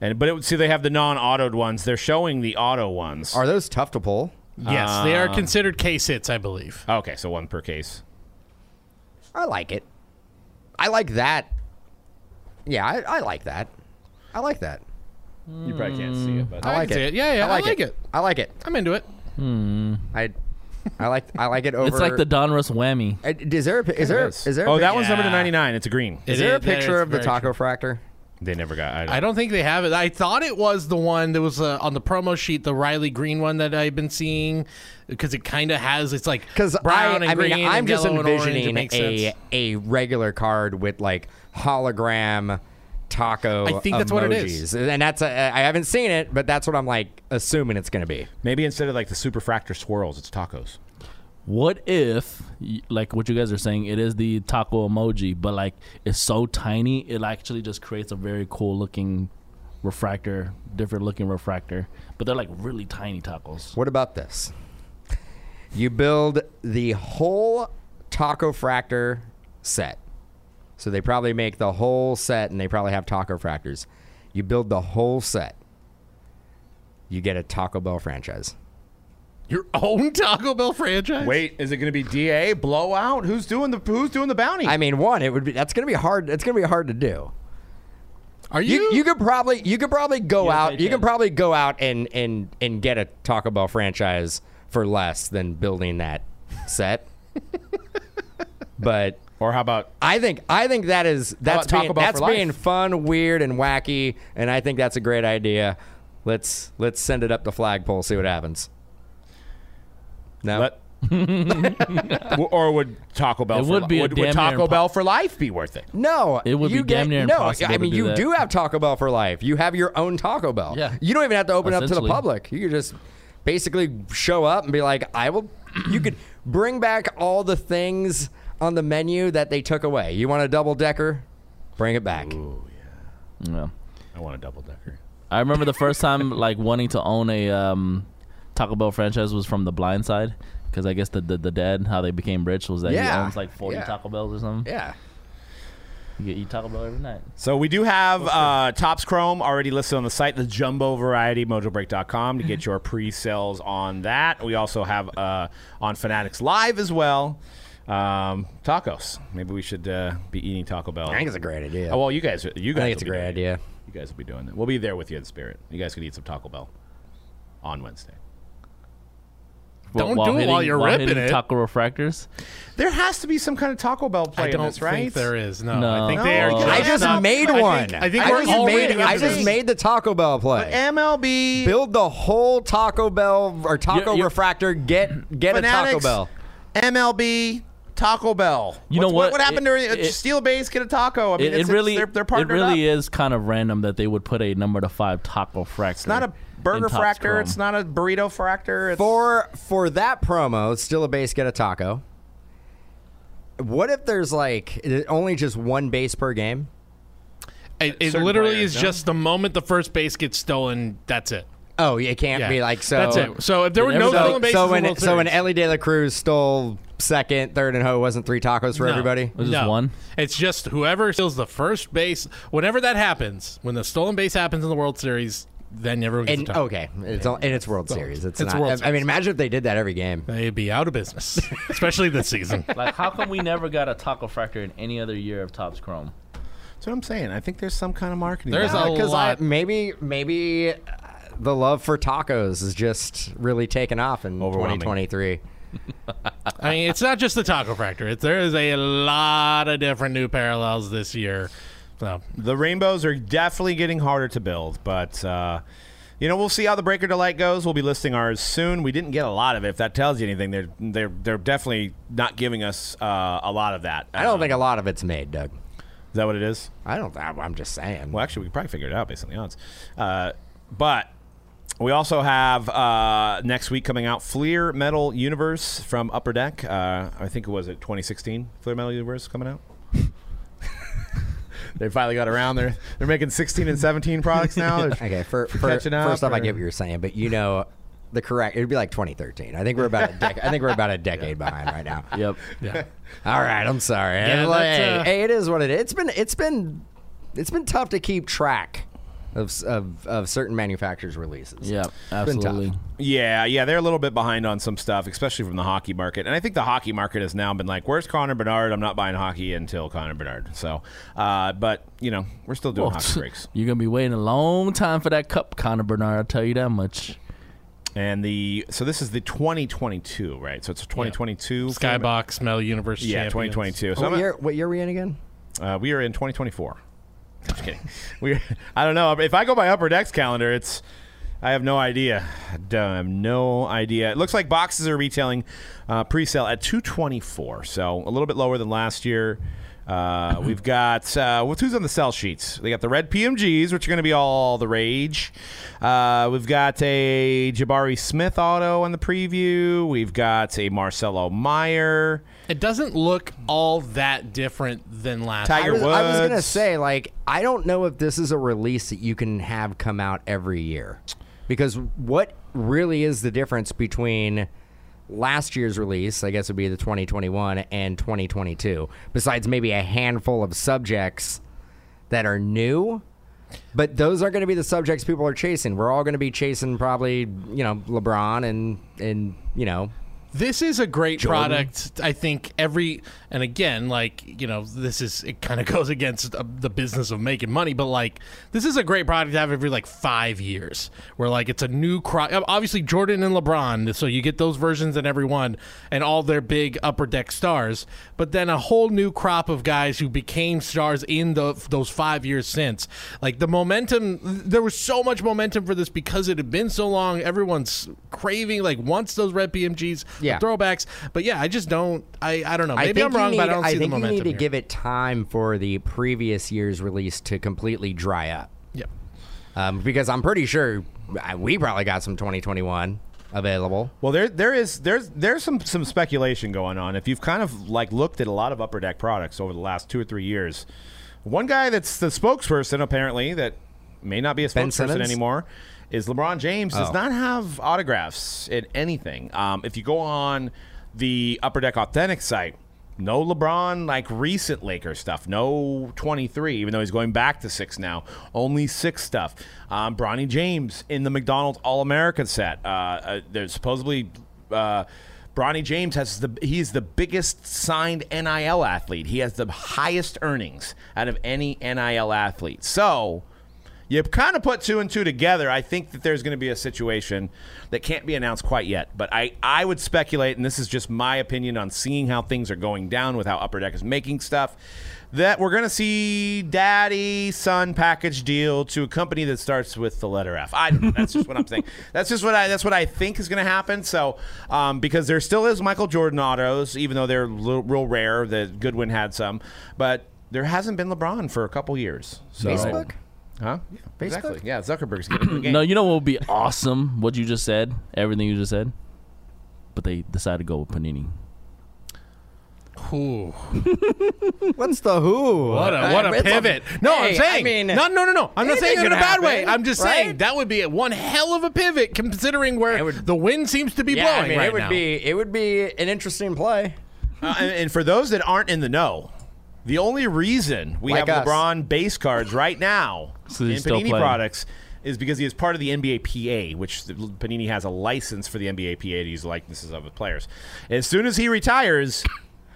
A: and but it, see they have the non autoed ones. They're showing the auto ones.
B: are those tough to pull.
D: Yes, they are considered case hits, I believe.
A: Oh, okay, so one per case.
B: I like it. I like that. Yeah, I, I like that. I like that.
A: You probably can't see it, but
B: Mm. I like
D: can see
B: it.
D: it. Yeah, yeah, I like it.
B: I like it.
D: I'm into it.
B: I I like I like it over.
C: It's like the Donruss whammy.
B: Uh, Is there a, pi- is there is there a
A: oh,
B: pic-
A: that one's number to
D: Yeah.
A: 99. It's a green.
B: is
D: It
B: there a
D: is- that
B: picture
D: is
B: of the
D: very
B: taco fractor?
A: They never got. I don't,
D: I don't think they have it. I thought it was the one that was uh, on the promo sheet, the Riley Green one that I've been seeing, because it kind of has it's like
B: Because I,
D: brown and
B: I mean,
D: green.
B: I'm
D: and
B: just
D: yellow and orange. It
B: envisioning
D: makes
B: a
D: sense.
B: a regular card with like hologram taco.
D: I think that's what it is.
B: emojis. and that's a, I haven't seen it, but that's what I'm like assuming it's gonna be.
A: Maybe instead of like the super fractor swirls, it's tacos.
C: What if, y- like what you guys are saying, it is the taco emoji, but like it's so tiny, it actually just creates a very cool looking refractor, different looking refractor. But they're like really tiny tacos.
B: What about this? You build the whole taco fractor set. So they probably make the whole set and they probably have taco fractors. You build the whole set. You get a Taco Bell franchise.
D: your own Taco Bell franchise.
A: Wait, is it going to be DA blowout? Who's doing the Who's doing the bounty?
B: I mean, one, it would be that's gonna be hard it's gonna be hard to do.
D: are you?
B: You you could probably you could probably go
C: Yeah,
B: out
C: they
B: you
C: did.
B: could probably go out and, and and get a Taco Bell franchise for less than building that set. but
A: or how about
B: I think I think that is that's
A: about Taco
B: being,
A: Bell
B: that's
A: for life?
B: being fun, weird, and wacky, and I think that's a great idea. Let's let's send it up the flagpole, see what happens. No,
A: let? or would Taco Bell?
C: It
A: for
C: would
A: li-
C: be a
A: would,
C: damn
A: would
C: near
A: Taco
C: impo-
A: Bell for life be worth it?
B: no,
C: It would be
B: you
C: damn near
B: no.
C: impossible
B: I
C: to
B: mean,
C: do
B: you
C: that.
B: do have Taco Bell for life. You have your own Taco Bell.
C: Yeah.
B: you don't even have to open it up to the
C: Essentially.
B: public. You could just basically show up and be like, I will. You could bring back all the things on the menu that they took away. You want a double decker? Bring it back.
C: Yeah.
A: I want a double decker.
C: I remember the first time like wanting to own a um, Taco Bell franchise was from The Blind Side, because I guess the, the the dad how they became rich was that he
B: Yeah.
C: owns like forty
B: Yeah.
C: Taco Bells or something.
B: Yeah.
C: You get- You eat Taco Bell every night.
A: So we do have uh, Topps Chrome already listed on the site, the jumbo variety, mojobreak.com, to get your pre-sales on that. We also have uh, on Fanatics Live as well. Um, tacos. Maybe we should uh, be eating Taco Bell.
B: I think it's a great idea.
A: Oh, well, you guys, you guys,
B: I think it's a
A: will be
B: great
A: doing it.
B: idea.
A: You guys will be doing that. We'll be there with you in spirit. You guys can eat some Taco Bell on Wednesday.
D: Don't do it while you're ripping
C: hitting
D: it.
C: Taco refractors.
A: There has to be some kind of Taco Bell play
D: I
A: in
D: don't
A: this, right?
D: think there is. No,
C: No.
D: I think they are.
C: No.
B: I just
D: not-
B: made
D: I think-
B: one.
D: I think
A: I
D: we're
A: just
D: all
A: made-
D: reading
B: I
D: it.
B: just made the Taco Bell play.
A: MLB
B: Build the whole Taco Bell or Taco
C: You're- you're-
B: Refractor. Get get
A: Fanatics,
B: a Taco Bell.
A: MLB Taco Bell.
C: You know
A: What's-
C: what?
A: What, happened
C: It-
A: during
C: it-
A: just steal a base, get a taco? I mean,
C: It, it
A: it's,
C: really,
A: it's, they're, they're
C: it
A: partnered
C: really
A: up.
C: is kind of random that they would put a number to five taco fractor.
A: It's not a burger fractor. It's not a burrito fractor. It's,
B: For for that promo, still a base get a taco. What if there's like i- only just one base per game?
D: It, it
A: certain
D: literally
A: players,
D: is
A: no?
D: just the moment the first base gets stolen. That's it.
B: Oh, it can't
D: Yeah,
B: be like so.
D: That's it. So if there were
C: Did
D: no
B: So,
C: everybody-
D: stolen bases,
B: so
D: in the
B: when
D: World
B: so when
D: Series-
B: Ellie De La Cruz stole second, third, and ho, it wasn't three tacos for
D: No.
B: everybody.
C: was just one?
D: It's just whoever steals the first base. Whenever that happens, when the stolen base happens in the World Series, then everyone gets
B: And
D: a time.
B: okay, it's all, and it's World Series. It's,
D: It's
B: not. I,
D: World
B: I mean,
D: Series.
B: imagine if they did that every game.
D: They'd be out of business, especially this season.
C: Like, how come we never got a taco fractor in any other year of Topps Chrome?
A: that's what I'm saying. I think there's some kind of marketing.
D: There's
A: behind
D: a
B: Because I
D: lot.
B: maybe maybe uh, the love for tacos is just really taken off in
A: Overwhelming.
B: 2023.
D: I mean, it's not just the taco factor. It's, there is a lot of different new parallels this year. So,
A: it. the rainbows are definitely getting harder to build, but. Uh, you know, we'll see how the Breaker Delight goes. We'll be listing ours soon. We didn't get a lot of it. If that tells you anything, they're they're they're definitely not giving us uh, a lot of that.
B: I don't think a lot of it's made, Doug.
A: is that what it is.
B: I don't. I- I'm just saying.
A: Well, actually, we could probably figure it out based on the odds. Uh, but we also have uh, next week coming out Fleer Metal Universe from Upper Deck. Uh, I think it was at 2016. Fleer Metal Universe coming out. they finally got around. They're they're making 16 and 17 products now. They're-
B: Okay. For, for,
A: catching up,
B: first off, I
A: or-
B: get what you're saying, but you know, the correct. It'd be like 2013. I think we're about. A dec- I think we're about a decade behind right now.
C: Yep.
D: yeah.
B: All right, I'm sorry.
D: Yeah,
B: Like,
D: that's, uh,
B: hey, it is what it is. It's been it's been it's been tough to keep track of s- of, of certain manufacturers' releases.
C: Yep.
B: It's been tough.
C: Absolutely.
A: Yeah, yeah, they're a little bit behind on some stuff, especially from the hockey market. And I think the hockey market has now been like, "Where's Connor Bernard? I'm not buying hockey until Connor Bernard." So, uh, but you know, we're still doing hockey breaks.
C: Oh, You're gonna be waiting a long time for that cup, Connor Bernard. I'll tell you that much.
A: And the so this is the 2022, right? So it's a 2022
D: Skybox, Metal Universe.
A: Yeah,
D: Champions.
A: 2022. So
B: What
A: I'm-
B: year, what year are we in again?
A: uh, we are in 2024. Just kidding. We I don't know if I go by Upper Deck's calendar, it's I have no idea. I don't- I have no idea. It looks like boxes are retailing uh, pre-sale at 224, so a little bit lower than last year. Uh, we've got uh, what's who's on the sell sheets? They got the red PMGs, which are going to be all the rage. Uh, we've got a Jabari Smith auto on the preview. We've got a Marcelo Meyer.
D: It doesn't look all that different than last.
A: Tiger-
B: I was, I was gonna
A: Woods.
B: say like I don't know if this is a release that you can have come out every year, because what really is the difference between last year's release? I guess would be the 2021 and 2022. Besides maybe a handful of subjects that are new. But those aren't going to be the subjects people are chasing. We're all going to be chasing probably, you know, LeBron and and you know,
D: This is a great product. I think every and again, like you know, this is it kind of goes against uh, the business of making money, but like this is a great product to have every like five years, where like it's a new crop. Obviously, Jordan and LeBron, so you get those versions in every one, and all their big upper deck stars. But then a whole new crop of guys who became stars in the those five years since. Like the momentum, there was so much momentum for this because it had been so long. Everyone's craving like wants those red PMGs
B: Yeah.
D: the throwbacks. But yeah, I just don't. I, I don't know. Maybe
B: think
D: I'm
B: you
D: wrong, but
B: need-
D: I don't see the
B: think
D: momentum.
B: you need to
D: here.
B: give it time for the previous year's release to completely dry up,
D: Yeah.
B: um, because I'm pretty sure I- we probably got some 2021 available.
A: Well, there there is there's there's some some speculation going on. If you've kind of like looked at a lot of Upper Deck products over the last two or three years, one guy that's the spokesperson apparently that may not be a
B: Ben
A: spokesperson
B: Simmons?
A: anymore is LeBron James does
B: Oh.
A: not have autographs in anything. Um, if you go on the Upper Deck Authentic site. No LeBron, like recent Laker stuff. No 23, even though he's going back to six now. Only six stuff. Um, Bronny James in the McDonald's All American set. Uh, uh, there's supposedly uh, Bronny James has the he's the biggest signed NIL athlete. He has the highest earnings out of any NIL athlete. So you kind of put two and two together. I think that there's going to be a situation that can't be announced quite yet. But I, I would speculate, and this is just my opinion on seeing how things are going down with how Upper Deck is making stuff, that we're going to see daddy son package deal to a company that starts with the letter F. I don't know. That's just what I'm saying. That's just what I that's what I think is going to happen. So um, because there still is Michael Jordan autos, even though they're li- real rare. That Goodwin had some, but. There hasn't been LeBron for a couple years. So.
B: Facebook?
A: Huh? Yeah, Exactly. Yeah, Zuckerberg's getting in the game.
C: No, you know what would be awesome? What you just said, everything you just said, but they decided to go with Panini.
D: Ooh.
B: What's the who?
D: What a uh, what
B: I- Uh,
D: a
B: it's
D: pivot! No,
B: Hey,
D: I'm saying
B: I mean,
D: no, no, no, no. I'm not saying it
B: anything
D: in
B: can
D: a bad way.
B: happen,
D: I'm just
B: right?
D: saying that would be one hell of a pivot considering where
B: It would-
D: the wind seems to be
B: yeah,
D: blowing
B: I mean,
D: right
B: it would
D: now.
B: be it would be an interesting play.
A: Uh, and, and for those that aren't in the know, the only reason we
B: Like
A: have
B: us.
A: LeBron base cards right now
C: So
A: in
C: he's still
A: Panini
C: playing.
A: products is because he is part of the NBA PA, which the- Panini has a license for the NBA PA to use likenesses of its players. As soon as he retires,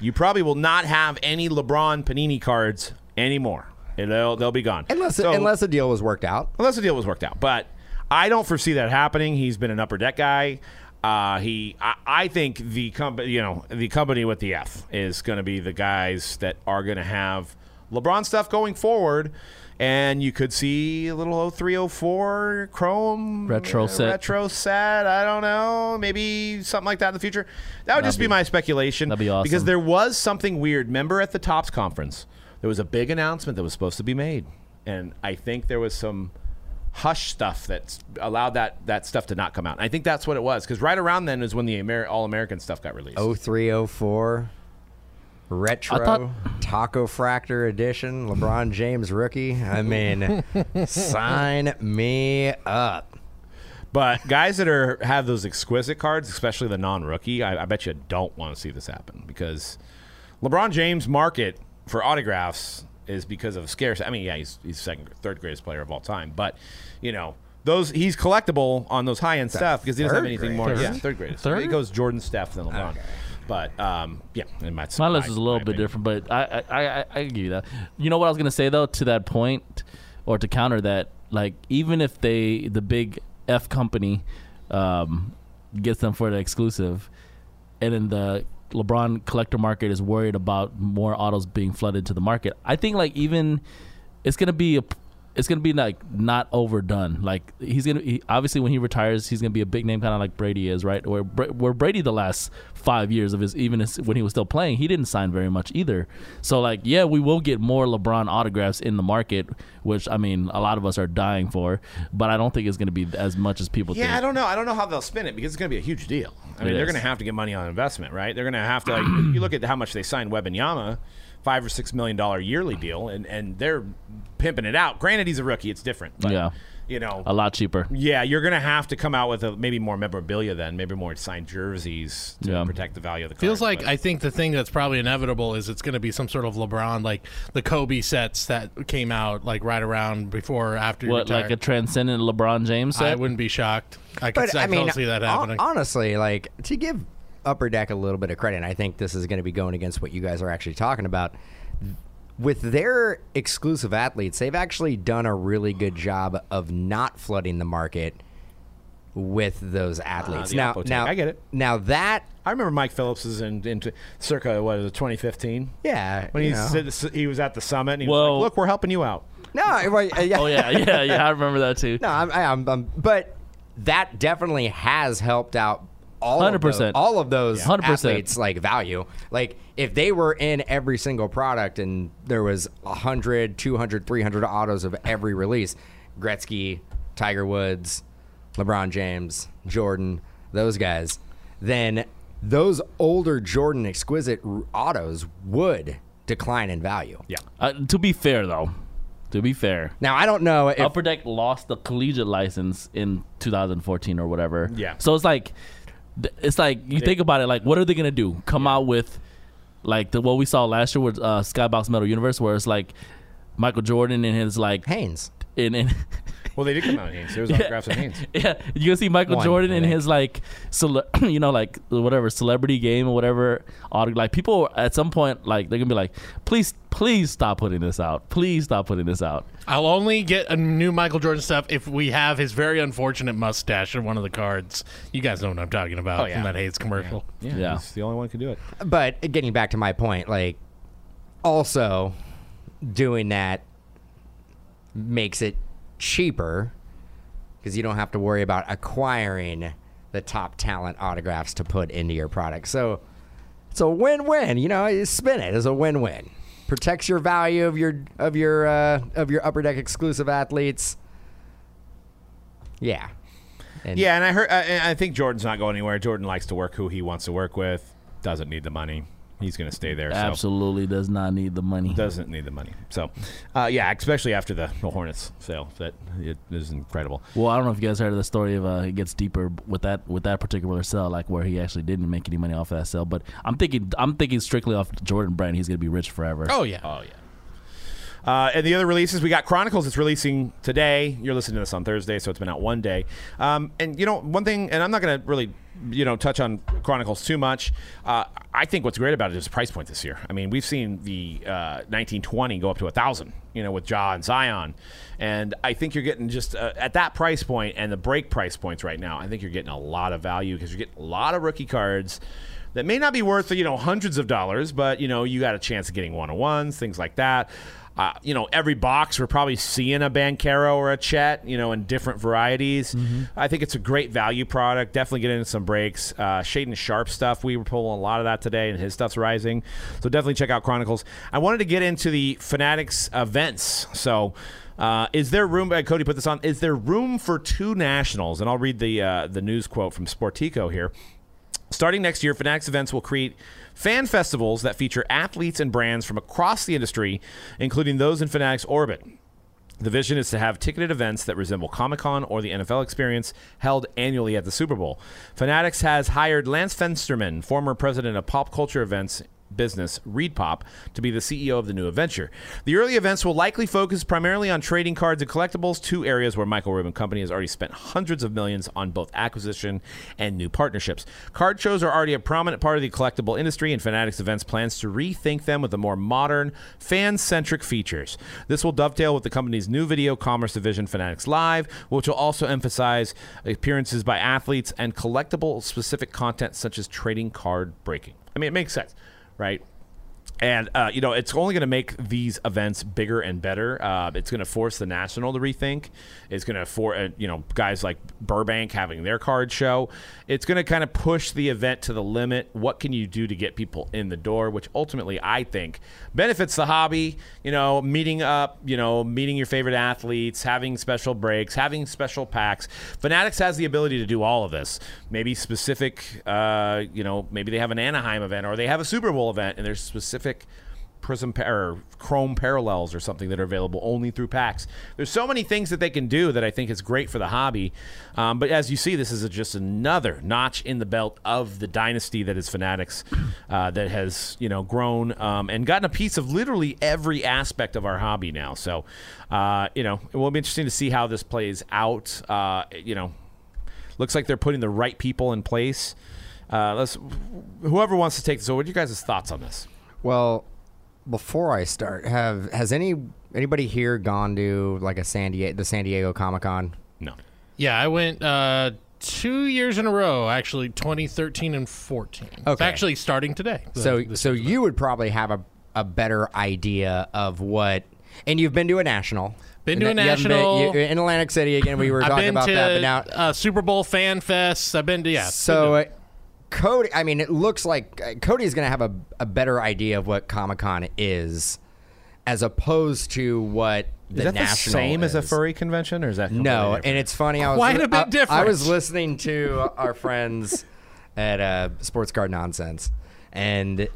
A: you probably will not have any LeBron Panini cards anymore. And They'll, they'll be gone.
B: Unless
A: So-
B: unless the deal was worked out.
A: unless the deal was worked out. But I don't foresee that happening. He's been an upper deck guy. Uh, he, I, I think the company, you know, the company with the F is going to be the guys that are going to have LeBron stuff going forward, and you could see a little 0304 Chrome
C: Retro set.
A: retro set. I don't know, maybe something like that in the future. That would just be, my speculation.
C: that'd be awesome.
A: because there was something weird. Remember at the Tops conference, there was a big announcement that was supposed to be made, and I think there was some hush stuff that allowed that that stuff to not come out. I think that's what it was because right around then is when the Amer- All American stuff got released.
C: Oh,
B: 0304 retro taco fractor edition LeBron James rookie. I mean, sign me up.
A: But guys that are have those exquisite cards, especially the non-rookie, I, I bet you don't want to see this happen because LeBron James' market for autographs is because of scarce. I mean, yeah, he's he's second, third greatest player of all time, but you know. Those he's collectible on those high end stuff because he doesn't have
B: third
A: anything more.
B: greatest.
A: Yeah, third greatest.
C: Third?
A: It goes Jordan, Steph, then LeBron. But um, yeah, it might.
C: My list is a little bit different, but I I, I I I can give you that. You know what I was gonna say though to that point, or to counter that, like even if they the big F company um, gets them for the exclusive, and then the LeBron collector market is worried about more autos being flooded to the market. I think like even it's gonna be a it's gonna be like not overdone. Like he's gonna he, obviously when he retires, he's gonna be a big name, kind of like Brady is, right? Where Bra- where Brady the last five years of his even his, when he was still playing, he didn't sign very much either. So like yeah, we will get more LeBron autographs in the market, which I mean a lot of us are dying for, but I don't think it's gonna be as much as people
A: Yeah,
C: think.
A: I don't know. I don't know how they'll spin it because it's going to be a huge deal. I mean,
C: It
A: they're
C: is.
A: going to have to get money on investment, right? They're going to have to like you look at how much they signed Webb and Yama, five or six million dollar yearly deal, and and they're pimping it out. Granted, he's a rookie; it's different. But,
C: Yeah.
A: you know.
C: a lot cheaper.
A: yeah, you're going to have to come out with a, maybe more memorabilia then, maybe more signed jerseys to
C: Yeah.
A: protect the value of the.
D: Feels
A: card,
D: like
A: but-
D: I think the thing that's probably inevitable is it's going to be some sort of LeBron, like the Kobe sets that came out like right around before or after. he
C: What like a
D: retired.
C: transcendent LeBron James
D: I
C: set?
D: wouldn't be shocked. I could,
B: But
D: I
B: I mean, uh,
D: don't see that
B: hon-
D: happening.
B: honestly, like to give Upper Deck a little bit of credit, and I think this is going to be going against what you guys are actually talking about. With their exclusive athletes, they've actually done a really good job of not flooding the market with those
A: Ah,
B: athletes.
A: the
B: now,
A: Apotec.
B: now,
A: I get it.
B: Now that,
A: I remember Mike Phillips is in, in circa what is it 2015
B: yeah,
A: when
B: you
A: he
B: know.
A: said- he was at the summit. and he
C: Well-
A: was like, look, we're helping you out.
B: no, I- well, yeah,
C: Oh yeah, yeah, yeah. I remember that too.
B: No, I'm, I, am i am but that definitely has helped out all of those-
C: 100%.
B: all of those
C: Yeah. 100%.
B: athletes like value. Like if they were in every single product and there was 100, 200, 300 autos of every release, Gretzky, Tiger Woods, LeBron James, Jordan, those guys, then those older Jordan exquisite r- autos would decline in value.
A: Yeah.
C: Uh, to be fair though, to be fair,
B: Now I don't know if
C: Upper Deck lost the collegiate license in 2014 or whatever.
A: Yeah.
C: So it's like, th- it's like you think about it. Like, what are they gonna do? Come out with like the what we saw last year with uh, Skybox Metal Universe, where it's like Michael Jordan and his like
B: Haynes.
C: in in
A: Well, they did come out in Haynes. There was autographs in Haynes.
C: Yeah, you can see Michael
B: One,
C: Jordan
B: I
C: in
B: think.
C: his like, cele- you know, like whatever celebrity game or whatever. aut- Like people at some point, like they're gonna be like, please, please stop putting this out. Please stop putting this out.
D: I'll only get a new Michael Jordan stuff if we have his very unfortunate mustache in one of the cards. You guys know what I'm talking about
A: Oh, yeah.
D: from that Hayes commercial.
A: Yeah,
C: Yeah.
A: he's the only one who can do it.
B: But getting back to my point, like also doing that makes it cheaper because you don't have to worry about acquiring the top talent autographs to put into your product. So it's a win-win. You know, you spin it as a win-win. Protects your value of your of your uh, of your upper deck exclusive athletes. Yeah. And
A: Yeah, and I heard. I, and I think Jordan's not going anywhere. Jordan likes to work who he wants to work with. Doesn't need the money. He's going to stay there. So.
C: Absolutely does not need the money.
A: doesn't need the money. So, uh, yeah, especially after the, the Hornets sale, that it is incredible.
C: Well, I don't know if you guys heard of the story of uh, it gets deeper with that with that particular sell, like where he actually didn't make any money off that sell. But I'm thinking, I'm thinking strictly off Jordan Brand. He's gonna be rich forever.
D: Oh yeah.
A: Oh yeah. Uh, and the other releases we got Chronicles. It's releasing today. You're listening to this on Thursday, so it's been out one day. Um, and you know one thing, and I'm not going to really you know touch on Chronicles too much. Uh, I think what's great about it is the price point this year. I mean, we've seen the uh, 1920 go up to a thousand. You know, with Jaw and Zion, and I think you're getting just uh, at that price point and the break price points right now. I think you're getting a lot of value because you're getting a lot of rookie cards that may not be worth you know hundreds of dollars, but you know you got a chance of getting one on ones, things like that. Uh, you know, every box we're probably seeing a Bancaro or a Chet, you know, in different varieties. I think it's a great value product. Definitely get into some breaks. Uh, Shaden Sharp stuff. We were pulling a lot of that today, and his stuff's rising. So definitely check out Chronicles. I wanted to get into the Fanatics events. So. Uh, is there room? Uh, Cody put this on. Is there room for two nationals? And I'll read the uh, the news quote from Sportico here. Starting next year, Fanatics Events will create fan festivals that feature athletes and brands from across the industry, including those in Fanatics orbit. The vision is to have ticketed events that resemble Comic Con or the NFL experience held annually at the Super Bowl. Fanatics has hired Lance Fensterman, former president of pop culture events business Reed Pop, to be the CEO of the new adventure. The early events will likely focus primarily on trading cards and collectibles, two areas where Michael Rubin Company has already spent hundreds of millions on both acquisition and new partnerships. Card shows are already a prominent part of the collectible industry, and Fanatics Events plans to rethink them with a more modern, fan centric features. This will dovetail with the company's new video commerce division, Fanatics Live, which will also emphasize appearances by athletes and collectible specific content such as trading card breaking. I mean, it makes sense, right? And uh, you know it's only going to make these events bigger and better. Uh, it's going to force the national to rethink. It's going to for uh, you know guys like Burbank having their card show. It's going to kind of push the event to the limit. What can you do to get people in the door? Which ultimately I think benefits the hobby. You know, meeting up. You know, meeting your favorite athletes, having special breaks, having special packs. Fanatics has the ability to do all of this. Maybe specific. Uh, you know, maybe they have an Anaheim event or they have a Super Bowl event, and there's specific prism pa- or chrome parallels or something that are available only through packs there's so many things that they can do that i think is great for the hobby um, but as you see this is a, just another notch in the belt of the dynasty that is fanatics uh, that has you know grown um, and gotten a piece of literally every aspect of our hobby now so uh, you know it will be interesting to see how this plays out uh, you know looks like they're putting the right people in place uh, let's whoever wants to take this over what are you guys' thoughts on this
B: Well, before I start, have has any anybody here gone to like a San Diego the San Diego Comic Con?
A: no
D: Yeah, I went uh, two years in a row, actually, 2013 and 14. It's
B: Okay.
D: actually starting today.
B: So so you would probably have a, a better idea of what and you've been to a national.
D: Been to a
B: And you haven't been-
D: national.
B: you- in Atlantic City again. We were
D: I've
B: talking
D: been
B: about
D: to
B: that, but now
D: uh, Super Bowl fan fests. I've been to yeah.
B: so uh, Cody, I mean, it looks like uh, Cody is going to have a, a better idea of what Comic Con is, as opposed to what the
A: is that the
B: national
A: same as a
B: is.
A: furry convention, or is that completely
B: No,
A: different?
B: and it's funny. I was
D: Quite a bit
B: I- I,
D: different.
B: was listening to our friends at uh, Sports Card Nonsense, and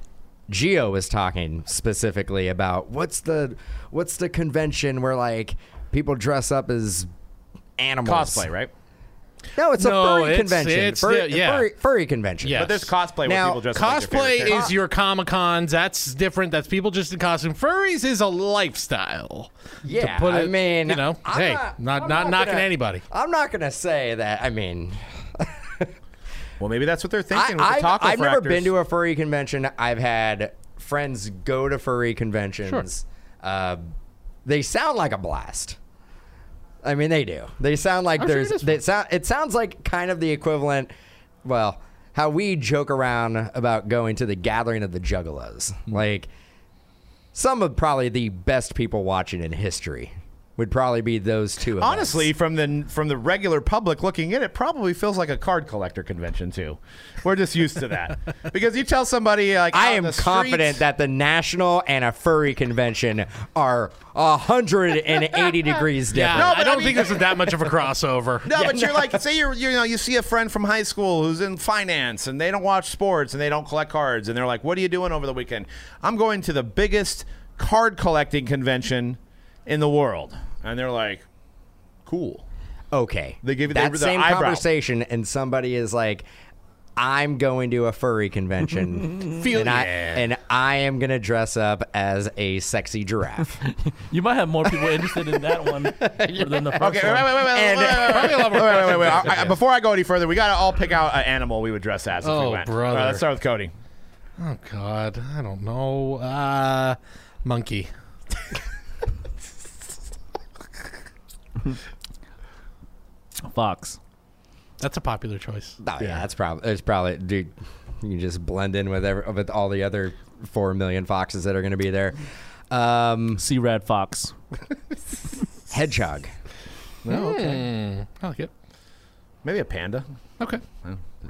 B: Gio was talking specifically about what's the what's the convention where like people dress up as animals,
A: cosplay, right?
B: No, it's
D: No,
B: a furry
D: it's-
B: convention.
D: it's-
B: furry,
D: yeah.
B: furry, furry convention.
D: Yeah.
B: Yeah.
A: But there's cosplay where
B: Now,
A: people dress Like their
D: Cosplay
A: favorite character.
D: is your Comic Cons. That's different. That's people just in costume. Furries is a lifestyle. To
B: Yeah,
D: put
B: I
D: it-
B: mean,
D: you know,
B: I'm
D: hey,
B: not-
D: not
B: I'm
D: not, knocking
B: gonna-
D: anybody.
B: I'm not gonna say that. I mean,
A: Ah, Well, maybe that's what they're
B: I,
A: thinking with the
B: I've,
A: taco
B: I've never
A: fractors.
B: been to a furry convention. I've had friends go to furry conventions. Uh, they sound like a blast. I mean, they do. They sound like
D: I'm sure
B: there's.
D: it is
B: they sound. It sounds like kind of the equivalent. Well, how we joke around about going to the gathering of the Juggalos, like some of probably the best people watching in history would probably be those two. events.
A: Honestly, from the from the regular public looking in, it probably feels like a card collector convention too. We're just used to that because you tell somebody like
B: I
A: out in
B: am
A: the streets-
B: confident that the national and a furry convention are 180 degrees different.
A: No,
D: Yeah,
A: but
D: Uh, I don't
A: I mean-
D: think there's that much of a crossover.
A: No, but you're like, say you're you know you see a friend from high school who's in finance and they don't watch sports and they don't collect cards and they're like, what are you doing over the weekend? I'm going to the biggest card collecting convention in the world, and they're like, cool.
B: Okay.
A: They give you the-
B: that
A: the
B: same
A: eyebrow.
B: conversation, and somebody is like, I'm going to a furry convention.
A: Feel-
B: and, I,
A: yeah.
B: and I am going to dress up as a sexy giraffe. Oh,
C: You might have more people interested in that one than the first
A: Okay, wait, wait, wait,
C: one.
A: wait,
B: And-
A: wait, wait, wait, wait, wait, wait, wait, wait. I- I- Before I go any further, we gotta all pick out an animal we would dress as. If we
D: Oh,
A: went.
D: brother.
A: Uh, let's start with Cody.
D: Oh God, I don't know. Uh, monkey.
C: Fox.
D: That's a popular choice.
B: Oh, yeah. that's probably, it's probably, dude, you can just blend in with, every, with all the other 4 million foxes that are going to be there. Um,
C: Sea Rad Fox.
B: hedgehog.
D: I like it.
A: Maybe a panda.
D: Okay,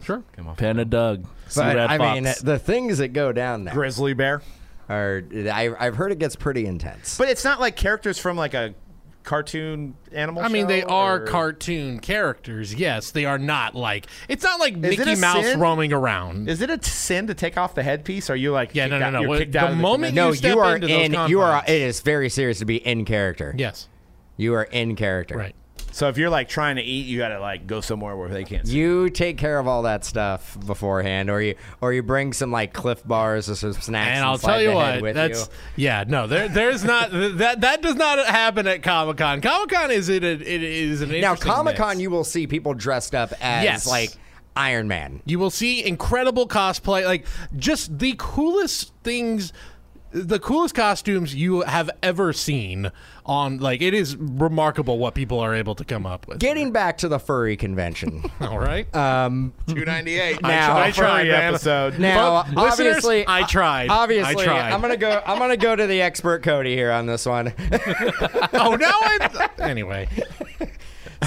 D: sure.
A: Come off.
C: Panda Doug. Sea
B: But
C: Rad
B: I
C: Fox.
B: mean, the things that go down there.
A: Grizzly bear.
B: Or I, I've heard it gets pretty intense.
A: But it's not like characters from like a cartoon animal.
D: I mean, they
A: show,
D: are
A: or-
D: cartoon characters. Yes, they are not like. It's not like
A: it
D: Mickey
A: a
D: Mouse
A: sin?
D: roaming around.
A: Is it a sin to take off the headpiece? Are you like
D: Yeah,
A: kicked
D: no, no,
A: out-
D: no.
A: You're
D: Well,
A: kicked
D: the
A: out of convention?
D: moment
B: no,
D: you step
B: you are
D: into those
B: in. You are.
D: confines.
B: It is very serious to be in character.
D: yes,
B: you are in character.
D: right.
A: so if you're like trying to eat, you gotta like go somewhere where they can't. see.
B: You take care of all that stuff beforehand, or you or you bring some like Cliff bars or some snacks.
D: And I'll
B: slide
D: tell you
B: the head
D: what,
B: with
D: that's
B: you.
D: yeah, no, there, there's not that that does not happen at Comic Con. Comic Con is it, it is an
B: now
D: interesting
B: Comic Con.
D: mix.
B: You will see people dressed up as
D: Yes.
B: like Iron Man.
D: You will see incredible cosplay, like just the coolest things, the coolest costumes you have ever seen on. Like it is remarkable what people are able to come up with.
B: Getting back to the furry convention.
D: all right.
B: um,
A: 298.
B: Now-
A: I tried
D: Furry
A: episode.
B: Now,
D: Fun- listeners,
B: obviously,
D: I tried.
B: Obviously,
D: I tried.
B: I'm gonna go. I'm gonna go to the expert Cody here on this one.
D: oh no! I, anyway,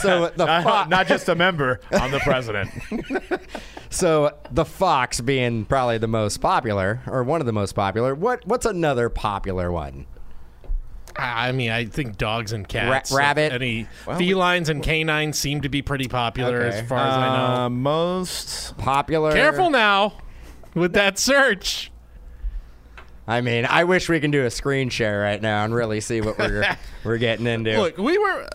B: so the
A: Uh,
B: fo-
A: not just a member. I'm the president.
B: so the fox being probably the most popular or one of the most popular. What what's another popular one?
D: I I mean, I think dogs and cats, uh,
B: rabbit.
D: any felines and canines seem to be pretty popular
B: Okay. Um,
D: as far as I know.
A: Uh, most.
B: Popular.
D: Careful now with that search.
B: I mean, I wish we can do a screen share right now and really see what we're we're getting into.
D: Look, we were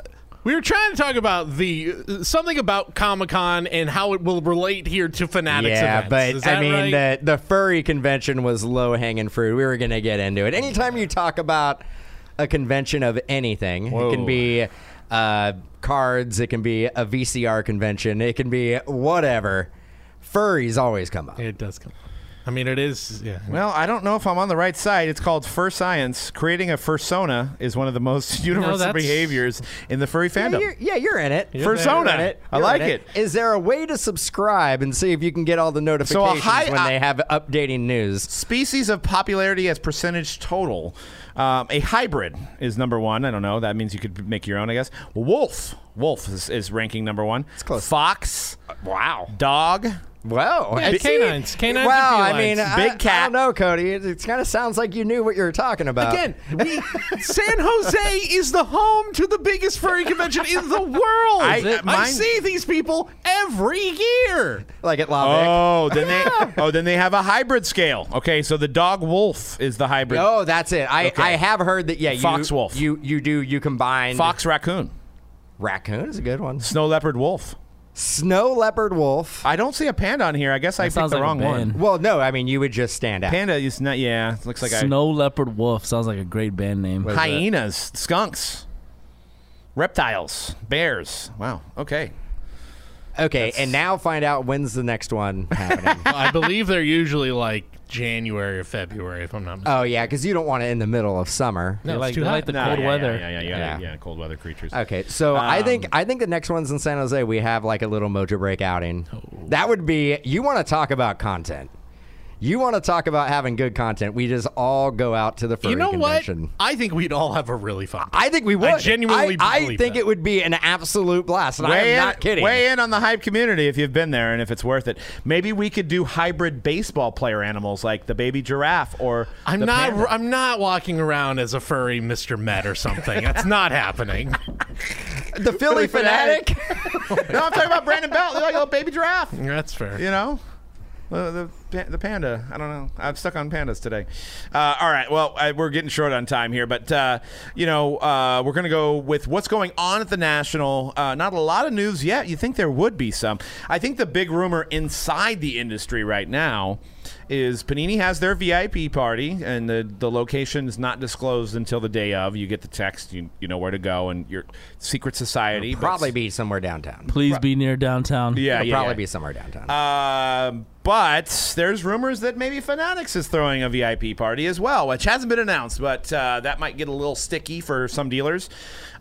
D: we were trying to talk about the uh, something about Comic Con and how it will relate here to fanatics.
B: yeah,
D: events. Is
B: but
D: that
B: I mean, uh,
D: right?
B: the the furry convention was low hanging fruit. We were gonna get into it. Anytime you talk about a convention of anything, it
A: Whoa.
B: can be uh, cards, it can be a VCR convention, it can be whatever. Furries always come up.
D: it does come. I mean, it is. Yeah.
A: Well, I don't know if I'm on the right side. It's called fur science. Creating a fursona is one of the most universal
D: that's-
A: behaviors in the furry
B: Yeah,
A: fandom.
B: you're, yeah, you're in it.
A: You're Fursona.
B: in it.
A: I
B: You're
A: like
B: in
A: it.
B: Is there a way to subscribe and see if you can get all the notifications
A: high-
B: when
A: I-
B: they have updating news?
A: Species of popularity as percentage total. Um, a hybrid is number one. I don't know. That means you could make your own, I guess. Wolf. Wolf is, is ranking number one. It's
B: close.
A: Fox.
B: Wow.
A: Dog.
B: Wow.
D: Yeah,
B: I see-
D: canines. Canines
B: Wow.
D: and
B: I mean,
D: felines.
B: I-
A: Big
B: I
A: cat.
B: don't know, Cody. It, kind of sounds like you knew what you were talking about.
D: Again, we, San Jose is the home to the biggest furry convention in the world.
A: I-
D: I, uh,
A: mine-
D: see these people every year.
B: like at La
A: Oh, then they oh then they have a hybrid scale. Okay, so the dog wolf is the hybrid.
B: Vic. Oh, that's it. I, I have heard that. Yeah, you,
A: Fox wolf.
B: You you do you combine
A: Fox raccoon,
B: raccoon is a good one.
A: snow leopard wolf.
B: snow leopard wolf.
A: I don't see a panda on here. I guess I picked
C: sounds
A: the
C: like a
A: wrong one.
C: band.
B: Well, no, I mean you would just stand out.
A: Panda is not. Yeah, it looks like I,
C: Snow Leopard Wolf sounds like a great band name.
A: hyenas, skunks, reptiles, bears. Wow. Okay.
B: Okay, and now find out when's the next one happening.
D: I believe they're usually like January or February, if I'm not mistaken.
B: oh yeah, because you don't want it in the middle of summer.
C: They
D: No, it's
C: like,
D: too
C: they
D: hot.
C: like the
A: No,
C: cold
A: yeah,
C: weather.
A: Yeah, yeah, yeah, yeah,
B: Yeah.
A: yeah, Cold weather creatures.
B: Okay, so I think I think the next one's in San Jose. We have like a little Mojo Break outing. That would be you want to talk about content. You want to talk about having good content. We just all go out to the furry
D: You know what?
B: convention.
D: I think we'd all have a really fun.
B: I think we would.
D: I genuinely
B: I, I
D: believe
B: think
D: that.
B: it would be an absolute blast, and I
A: Weigh
B: am
A: in,
B: not kidding.
A: Weigh in on the hype community if you've been there and if it's worth it. Maybe we could do hybrid baseball player animals like the baby giraffe or
D: I'm
A: the
D: not.
A: panda.
D: I'm not walking around as a furry Mr. Met or something. That's not happening.
B: The Philly fanatic.
A: no, I'm talking about Brandon Belt. You're like a little baby giraffe.
D: That's fair.
A: You know? Uh, the pa- the panda. I don't know. I'm stuck on pandas today. Uh, all right. Well, I, we're getting short on time here, but uh, you know uh, we're going to go with what's going on at the national. Uh, not a lot of news yet. You think there would be some? I think the big rumor inside the industry right now is Panini has their VIP party, and the the location is not disclosed until the day of. You get the text. You you know where to go, and your secret society. but-
B: probably be somewhere downtown.
C: Please be near downtown.
A: Yeah,
B: It'll
A: yeah,
B: probably
A: yeah.
B: be somewhere downtown.
A: Um, but there's rumors that maybe Fanatics is throwing a VIP party as well, which hasn't been announced, but uh, that might get a little sticky for some dealers.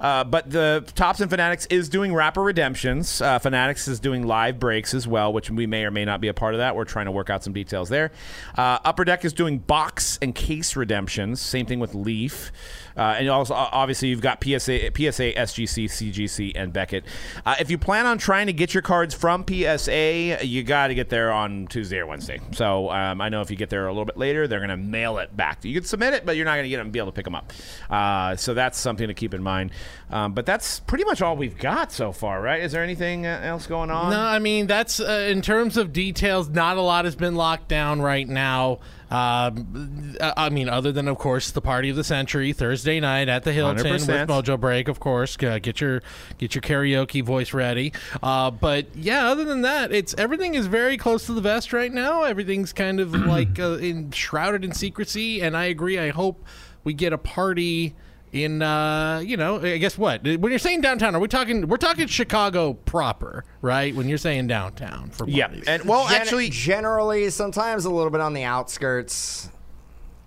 A: Uh, but the Tops and Fanatics is doing rapper redemptions. Uh, Fanatics is doing live breaks as well, which we may or may not be a part of that. We're trying to work out some details there. Uh, Upper Deck is doing box and case redemptions. Same thing with Leaf. Uh, and also, o- obviously, you've got PSA, PSA, SGC, CGC, and Beckett. Uh, if you plan on trying to get your cards from PSA, you got to get there on Tuesday or Wednesday. So um, I know if you get there a little bit later, they're going to mail it back. You can submit it, but you're not going to get them, be able to pick them up. Uh, so that's something to keep in mind. Um, but that's pretty much all we've got so far, right? Is there anything uh, else going on?
D: No, I mean that's uh, in terms of details. Not a lot has been locked down right now. Um, uh, I mean, other than of course the party of the century Thursday night at the Hilton with
A: 100%.
D: Mojo Break. Of course, Uh, get your get your karaoke voice ready. Uh, but yeah, other than that, it's everything is very close to the vest right now. Everything's kind of like uh, in, shrouded in secrecy. And I agree. I hope we get a party. In uh, you know, I guess what when you're saying downtown, are we talking? We're talking Chicago proper, right? When you're saying downtown for
A: Yeah.
D: parties.
A: And, well,
B: Gen-
A: actually,
B: generally, sometimes a little bit on the outskirts.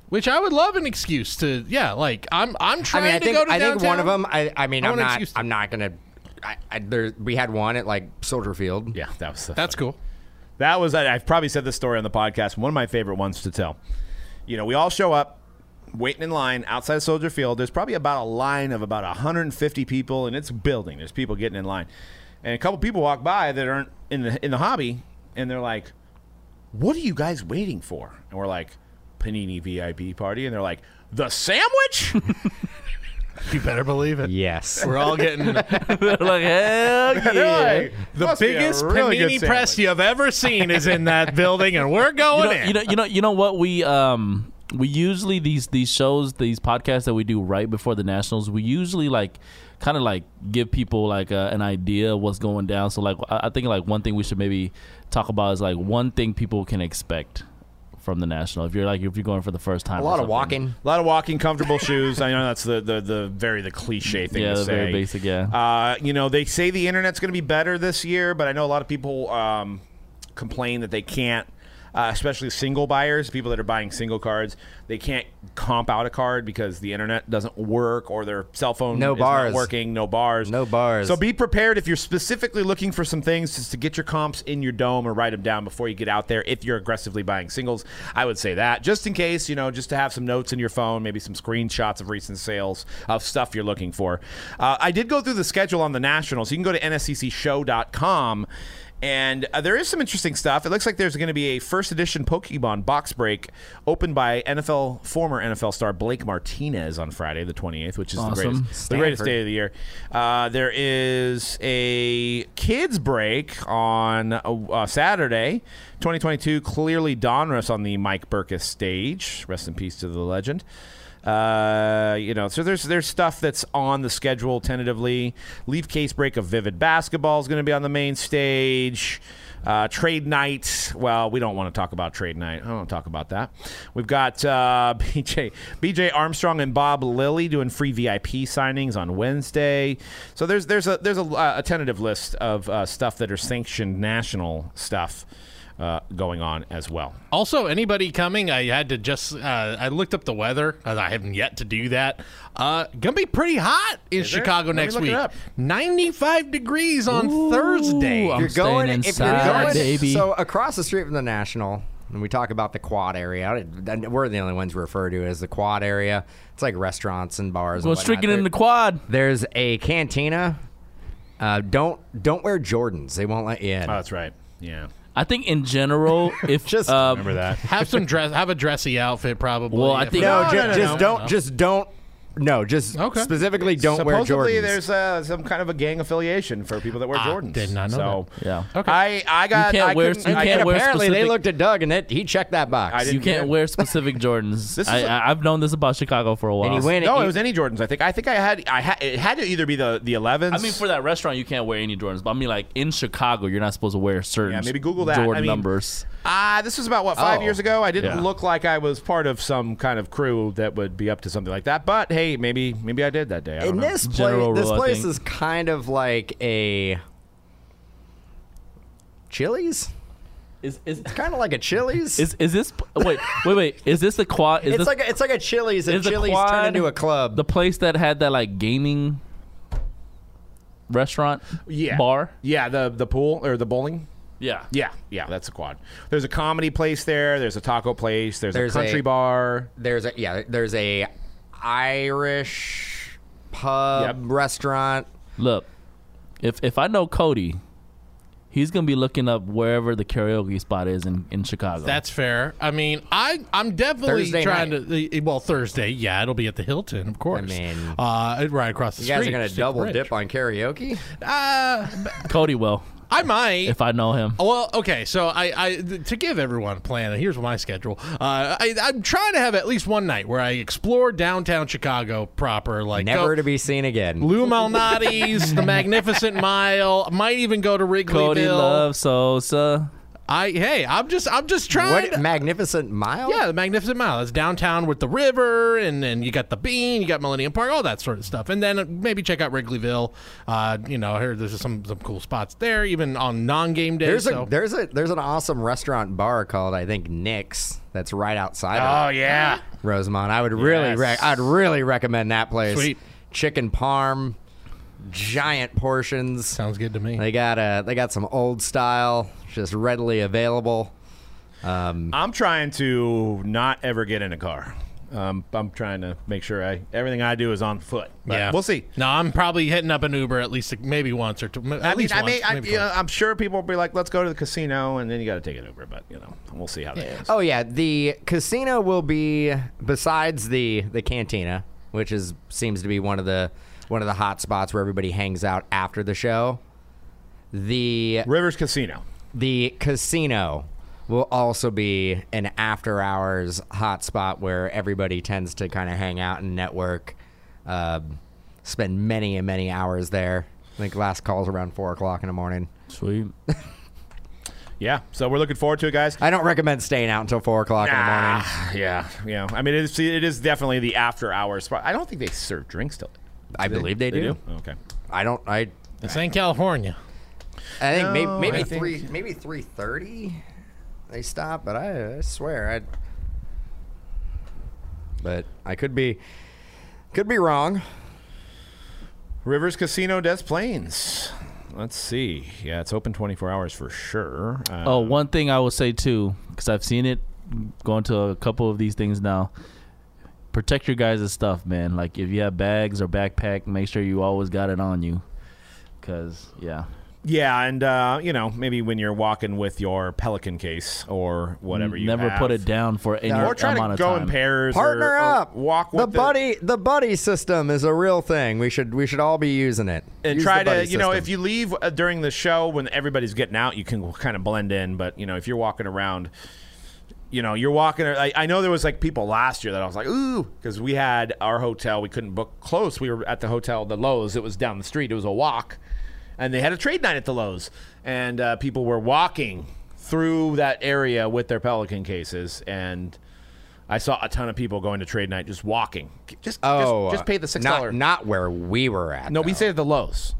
D: which I would love an excuse to, yeah, like I'm I'm
B: I
D: trying
B: mean, I
D: to
B: think
D: go to
B: I
D: downtown.
B: think one of them. I, I mean,
D: I
B: I am
D: want an
B: not.
D: excuse to-
B: I'm not gonna. I, I, there, we had one at like Soldier Field.
A: yeah, that was the
D: That's cool.
A: That was I- I've probably said this story on the podcast. One of my favorite ones to tell. You know, we all show up waiting in line outside Soldier Field. There's probably about a line of about 150 people, and it's building. There's people getting in line, and a couple people walk by that aren't in the in the hobby, and they're like, "What are you guys waiting for?" And we're like, "Panini VIP party," and they're like, "The sandwich."
D: You better believe it.
B: Yes.
D: We're all getting
C: They're like, hell
A: They're
C: yeah.
A: like,
D: the
A: "Must be a
D: biggest
A: really good
D: panini press
A: sandwich."
D: you've ever seen is in that building, and we're
C: You
D: going
C: know,
D: in.
C: you know, you know, you know what we um we usually these these shows these podcasts that we do right before the nationals we usually like kind of like give people like uh, an idea of what's going down. So like I, I think like one thing we should maybe talk about is like one thing people can expect from the national if you're like if you're going for the first time.
B: a
C: or
B: lot of
C: something.
B: walking.
A: A lot of walking, comfortable shoes. I know that's the, the, the very the cliche thing
C: Yeah,
A: to
C: the
A: say.
C: very basic, yeah.
A: Uh, you know, they say the internet's going to be better this year, but I know a lot of people um, complain that they can't. Uh, especially single buyers, people that are buying single cards, they can't comp out a card because the internet doesn't work or their cell phone
B: No
A: is
B: bars.
A: not working, no bars,
B: No bars.
A: So be prepared if you're specifically looking for some things just to get your comps in your dome or write them down before you get out there. If you're aggressively buying singles, I would say that just in case, you know, just to have some notes in your phone, maybe some screenshots of recent sales of stuff you're looking for. Uh, I did go through the schedule on the Nationals. You can go to E nsccshow.com. And uh, there is some interesting stuff. It looks like there's going to be a first edition Pokemon box break opened by NFL former NFL star Blake Martinez on Friday the 28th, which is the
C: Awesome.
A: greatest the greatest
B: Stanford.
A: day of the year. Uh, there is a kids break on uh, uh, Saturday, 2022. Clearly Donruss on the Mike Burkus stage. Rest in peace to the legend. Uh, you know, so there's there's stuff that's on the schedule tentatively. Leaf case break of Vivid Basketball is going to be on the main stage. Uh, trade night. Well, we don't want to talk about trade night. I don't want to talk about that. We've got uh, BJ BJ Armstrong and Bob Lilly doing free VIP signings on Wednesday. So there's there's a there's a, uh, a tentative list of uh, stuff that are sanctioned national stuff uh, going on as well.
D: Also, anybody coming, I had to just uh, I looked up the weather. 'cause I haven't yet to do that. Uh, gonna be pretty hot in
A: it?
D: Chicago
A: Let me
D: next
A: look it
D: week.
A: up.
D: Ninety-five degrees on Thursday.
C: I'm
B: You're going
C: staying
B: if you're
C: inside,
B: going,
C: baby.
B: So across the street from the National, and we talk about the Quad area. I- then We're the only ones we refer to as the Quad area. It's like restaurants and bars. and
C: Go
B: whatnot.
C: streaking in the
B: There-
C: quad.
B: There's a cantina. Uh, don't don't wear Jordans. They won't let you in.
A: Oh, that's right. Yeah,
C: I think in general, if
B: Just
C: uh,
A: remember that.
D: Have some dress. Have a dressy outfit, probably.
C: Well, I
D: if
C: think-
B: no,
A: No,
B: ju-
A: no, no,
B: just
A: no.
B: don't. Just don't. No, just
D: Okay.
B: specifically don't wear Jordans.
A: Supposedly, there's uh, some kind of a gang affiliation for people that wear
D: Ah,
A: Jordans.
D: did not know
A: so,
D: that.
C: Yeah.
A: Okay. I I got.
C: can't
A: I
C: wear-
A: couldn't-
C: you
A: I
C: can't
A: couldn't-
B: and
C: wear
B: apparently
C: specific-
B: they looked at Doug and it, he checked that box.
A: I didn't
C: you
A: get it.
C: can't wear specific Jordans.
A: This is
C: I,
A: a-
C: I, I've known this about Chicago for a while.
B: and he went.
A: No,
B: and
A: it
B: he-
A: was any Jordans. I think. I think I had. I had. It had to either be the the 11s.
C: I mean, for that restaurant, you can't wear any Jordans. But I mean, like in Chicago, you're not supposed to wear certain
A: Yeah, maybe Google that.
C: Jordan
A: I mean-
C: numbers.
A: Ah, this was about what five
B: Oh.
A: years ago. I didn't
C: Yeah.
A: look like I was part of some kind of crew that would be up to something like that. But hey, maybe maybe I did that day. I don't
B: And
A: know.
B: this place,
C: General
B: this
C: rule, I
B: place
C: think.
B: is kind of like a Chili's.
C: Is is
B: It's kind of like a Chili's.
C: is, is this wait wait wait? Is this the quad? Is
B: it's
C: this
B: like a, it's like a Chili's, and
C: is the
B: Chili's
C: quad-
B: turned into a club.
C: the place that had that like gaming restaurant
A: yeah
C: bar?
A: Yeah, the the pool or the bowling.
C: Yeah.
A: Yeah, yeah, that's a quad. There's a comedy place there. There's a taco place. There's,
B: There's
A: a country
B: a-
A: bar.
B: there's a yeah, there's a Irish pub
A: Yep.
B: restaurant.
C: Look, if if I know Cody, he's gonna be looking up wherever the karaoke spot is in in Chicago.
D: That's fair. I mean, I I'm definitely
B: Thursday
D: trying to. Well, Thursday, yeah, it'll be at the Hilton, of course.
B: mean-
D: uh, right across the
B: You
D: street.
B: guys are gonna
D: just take a
B: double
D: break.
B: dip on karaoke.
D: Uh,
C: Cody will
D: I might.
C: if I know him.
D: Oh, Well, okay, so I, I th- to give everyone a plan. Here's my schedule. Uh, I, I'm trying to have at least one night where I explore downtown Chicago proper, like
B: Never
D: go-
B: to be seen again.
D: Lou Malnati's, the Magnificent Mile. Might even go to Wrigleyville.
C: Cody loves Sosa.
D: I hey, I'm just I'm just trying.
B: What
D: to
B: magnificent mile?
D: yeah, the Magnificent Mile. It's downtown with the river, and then you got the Bean, you got Millennium Park, all that sort of stuff. And then uh, maybe check out Wrigleyville. Uh, you know, I heard there's some some cool spots there, even on non-game
B: There's
D: days. so-
B: a there's a there's an awesome restaurant bar called I think Nick's that's right outside
A: Oh
B: of
A: yeah,
B: Rosemont. I would really
A: Yes.
B: rec- I'd really recommend that place.
D: Sweet.
B: Chicken parm, giant portions.
D: sounds good to me.
B: They got uh they got some old style, just readily available.
A: I'm trying to not ever get in a car. Um, I'm trying to make sure I everything I do is on foot. But we'll see.
D: No, I'm probably hitting up an Uber at least maybe once or two. At
A: I mean,
D: least
A: I
D: once,
A: mean, I,
D: maybe
A: you know,
D: twice.
A: I'm sure people will be like, "Let's go to the casino," and then you got to take an Uber. But you know, we'll see how that goes.
B: Oh yeah, the casino will be besides the the cantina, which is seems to be one of the one of the hot spots where everybody hangs out after the show. The
A: Rivers Casino.
B: The casino will also be an after hours hotspot where everybody tends to kind of hang out and network. Um, spend many and many hours there. I think last call's around four o'clock in the morning.
C: Sweet.
A: Yeah, so we're looking forward to it, guys.
B: I don't recommend staying out until four o'clock in the morning.
A: Ah, yeah, yeah. I mean, it is, it is definitely the after hours spot. I don't think they serve drinks till.
B: I believe they, do.
A: Okay.
B: I don't. I.
D: This ain't California.
B: I think may-
A: No,
B: maybe
A: I think-
B: three. Maybe three thirty. They stop, but I, I swear I. But I could be, could be wrong.
A: Rivers Casino Des Plaines. Let's see. Yeah, it's open 24 hours for sure. Uh,
C: Oh, one thing I will say too, because I've seen it going to a couple of these things now. Protect your guys' stuff, man. Like if you have bags or backpack, make sure you always got it on you. Cause yeah,
A: Yeah, and uh, you know maybe when you're walking with your Pelican case or whatever you
C: never
A: have.
C: put it down for any
A: Or try
C: amount
A: to
C: of
A: go
C: time.
A: in pairs. or-
B: partner
A: or
B: up.
A: walk with
B: the buddy. The buddy system is a real thing. We should we should all be using it.
A: and
B: Use
A: try
B: the
A: to
B: buddy
A: you know
B: system.
A: if you leave uh, during the show when everybody's getting out you can kind of blend in but you know if you're walking around you know, you're walking. I, I know there was like people last year that I was like, ooh, because we had our hotel. We couldn't book close. We were at the hotel, the Lowe's. It was down the street. It was a walk, and they had a trade night at the Lowe's, and uh, people were walking through that area with their pelican cases, and I saw a ton of people going to trade night just walking. Just
B: Oh,
A: just, just pay the six dollar.
B: Not, not where we were at.
A: no, we
B: though.
A: stayed at the Lowe's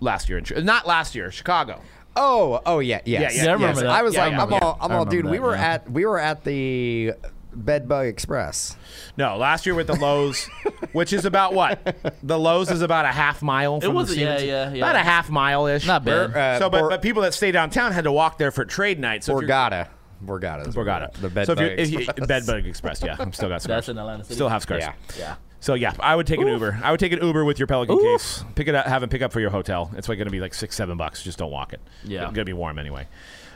A: last year in Chi- not last year, Chicago.
B: Oh, oh yeah, yes.
A: Yeah, yeah, Yeah, I
C: remember
B: yes.
C: that.
B: I was
A: Yeah,
B: like,
A: I
B: I'm
A: remember
B: all, I'm
C: I
B: all,
C: remember
B: dude. we
C: that,
B: were
C: yeah.
B: at, we were at the Bedbug Express.
A: No, last year with the Lowe's, which is about what? The Lowe's is about a half mile. From
C: was-
A: the
C: yeah,
A: Stevens-
C: yeah, yeah.
A: About a half mile ish.
C: Not bad.
B: Uh,
A: so, but,
B: Bor-
A: but people that stay downtown had to walk there for trade night. So if you're-
B: Borgata. Borgata. is
A: Borgata.
B: The Bedbug
A: so if you're, if you,
B: Express.
A: Bedbug Express. Yeah, I'm still got scars.
C: That's in Atlanta City.
A: Still have scars.
B: Yeah.
C: Yeah.
A: So yeah, I would take an Uber. I would take an Uber with your Pelican
C: Oof.
A: case. Pick it up, have it pick up for your hotel. It's like going to be like six, seven bucks. Just don't walk it.
C: Yeah.
A: it's going to be warm anyway.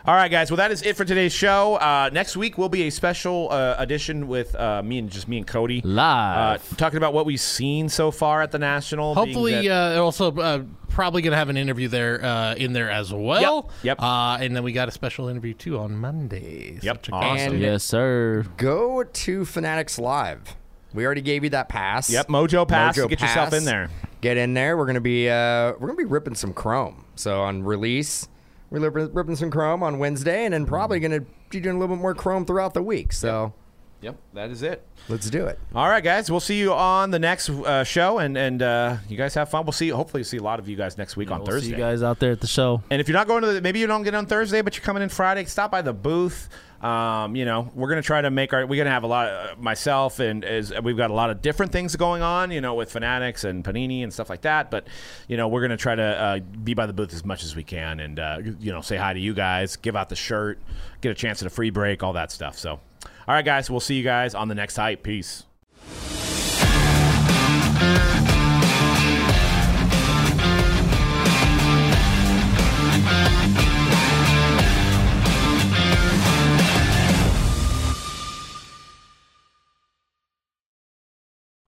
A: All right, guys. Well, that is it for today's show. Uh, next week will be a special uh, edition with uh, me and just me and Cody
C: Live.
A: uh, talking about what we've seen so far at the national. being
D: Hopefully,
A: that-
D: uh, also uh, probably going to have an interview there uh, in there as well.
A: Yep.
D: Uh, and then we got a special interview too on Monday. so
A: Yep.
D: check
A: Awesome.
D: that out.
B: And-
C: Yes, sir.
B: Go to Fanatics Live. We already gave you that pass.
A: Yep, Mojo Pass to get yourself
B: Pass.
A: in there.
B: Get in there. We're gonna be uh, we're gonna be ripping some chrome. So on release, we're ripping, ripping some chrome on Wednesday, and then
A: Mm.
B: probably gonna be doing a little bit more chrome throughout the week. So
A: Yep, that is it.
B: let's do it.
A: All right, guys. We'll see you on the next uh, show, and and uh, you guys have fun. We'll see. Hopefully, see a lot of you guys next week on
C: We'll
A: Thursday.
C: See you guys out there at the show.
A: And if you're not going to, the, maybe you don't get on Thursday, but you're coming in Friday. Stop by the booth. Um, you know, we're gonna try to make our. We're gonna have a lot. Of, myself and is we've got a lot of different things going on. You know, with Fanatics and Panini and stuff like that. But you know, we're gonna try to uh, be by the booth as much as we can, and uh, you know, say hi to you guys, give out the shirt, get a chance at a free break, all that stuff. So, all right, guys, we'll see you guys on the next hype. Peace.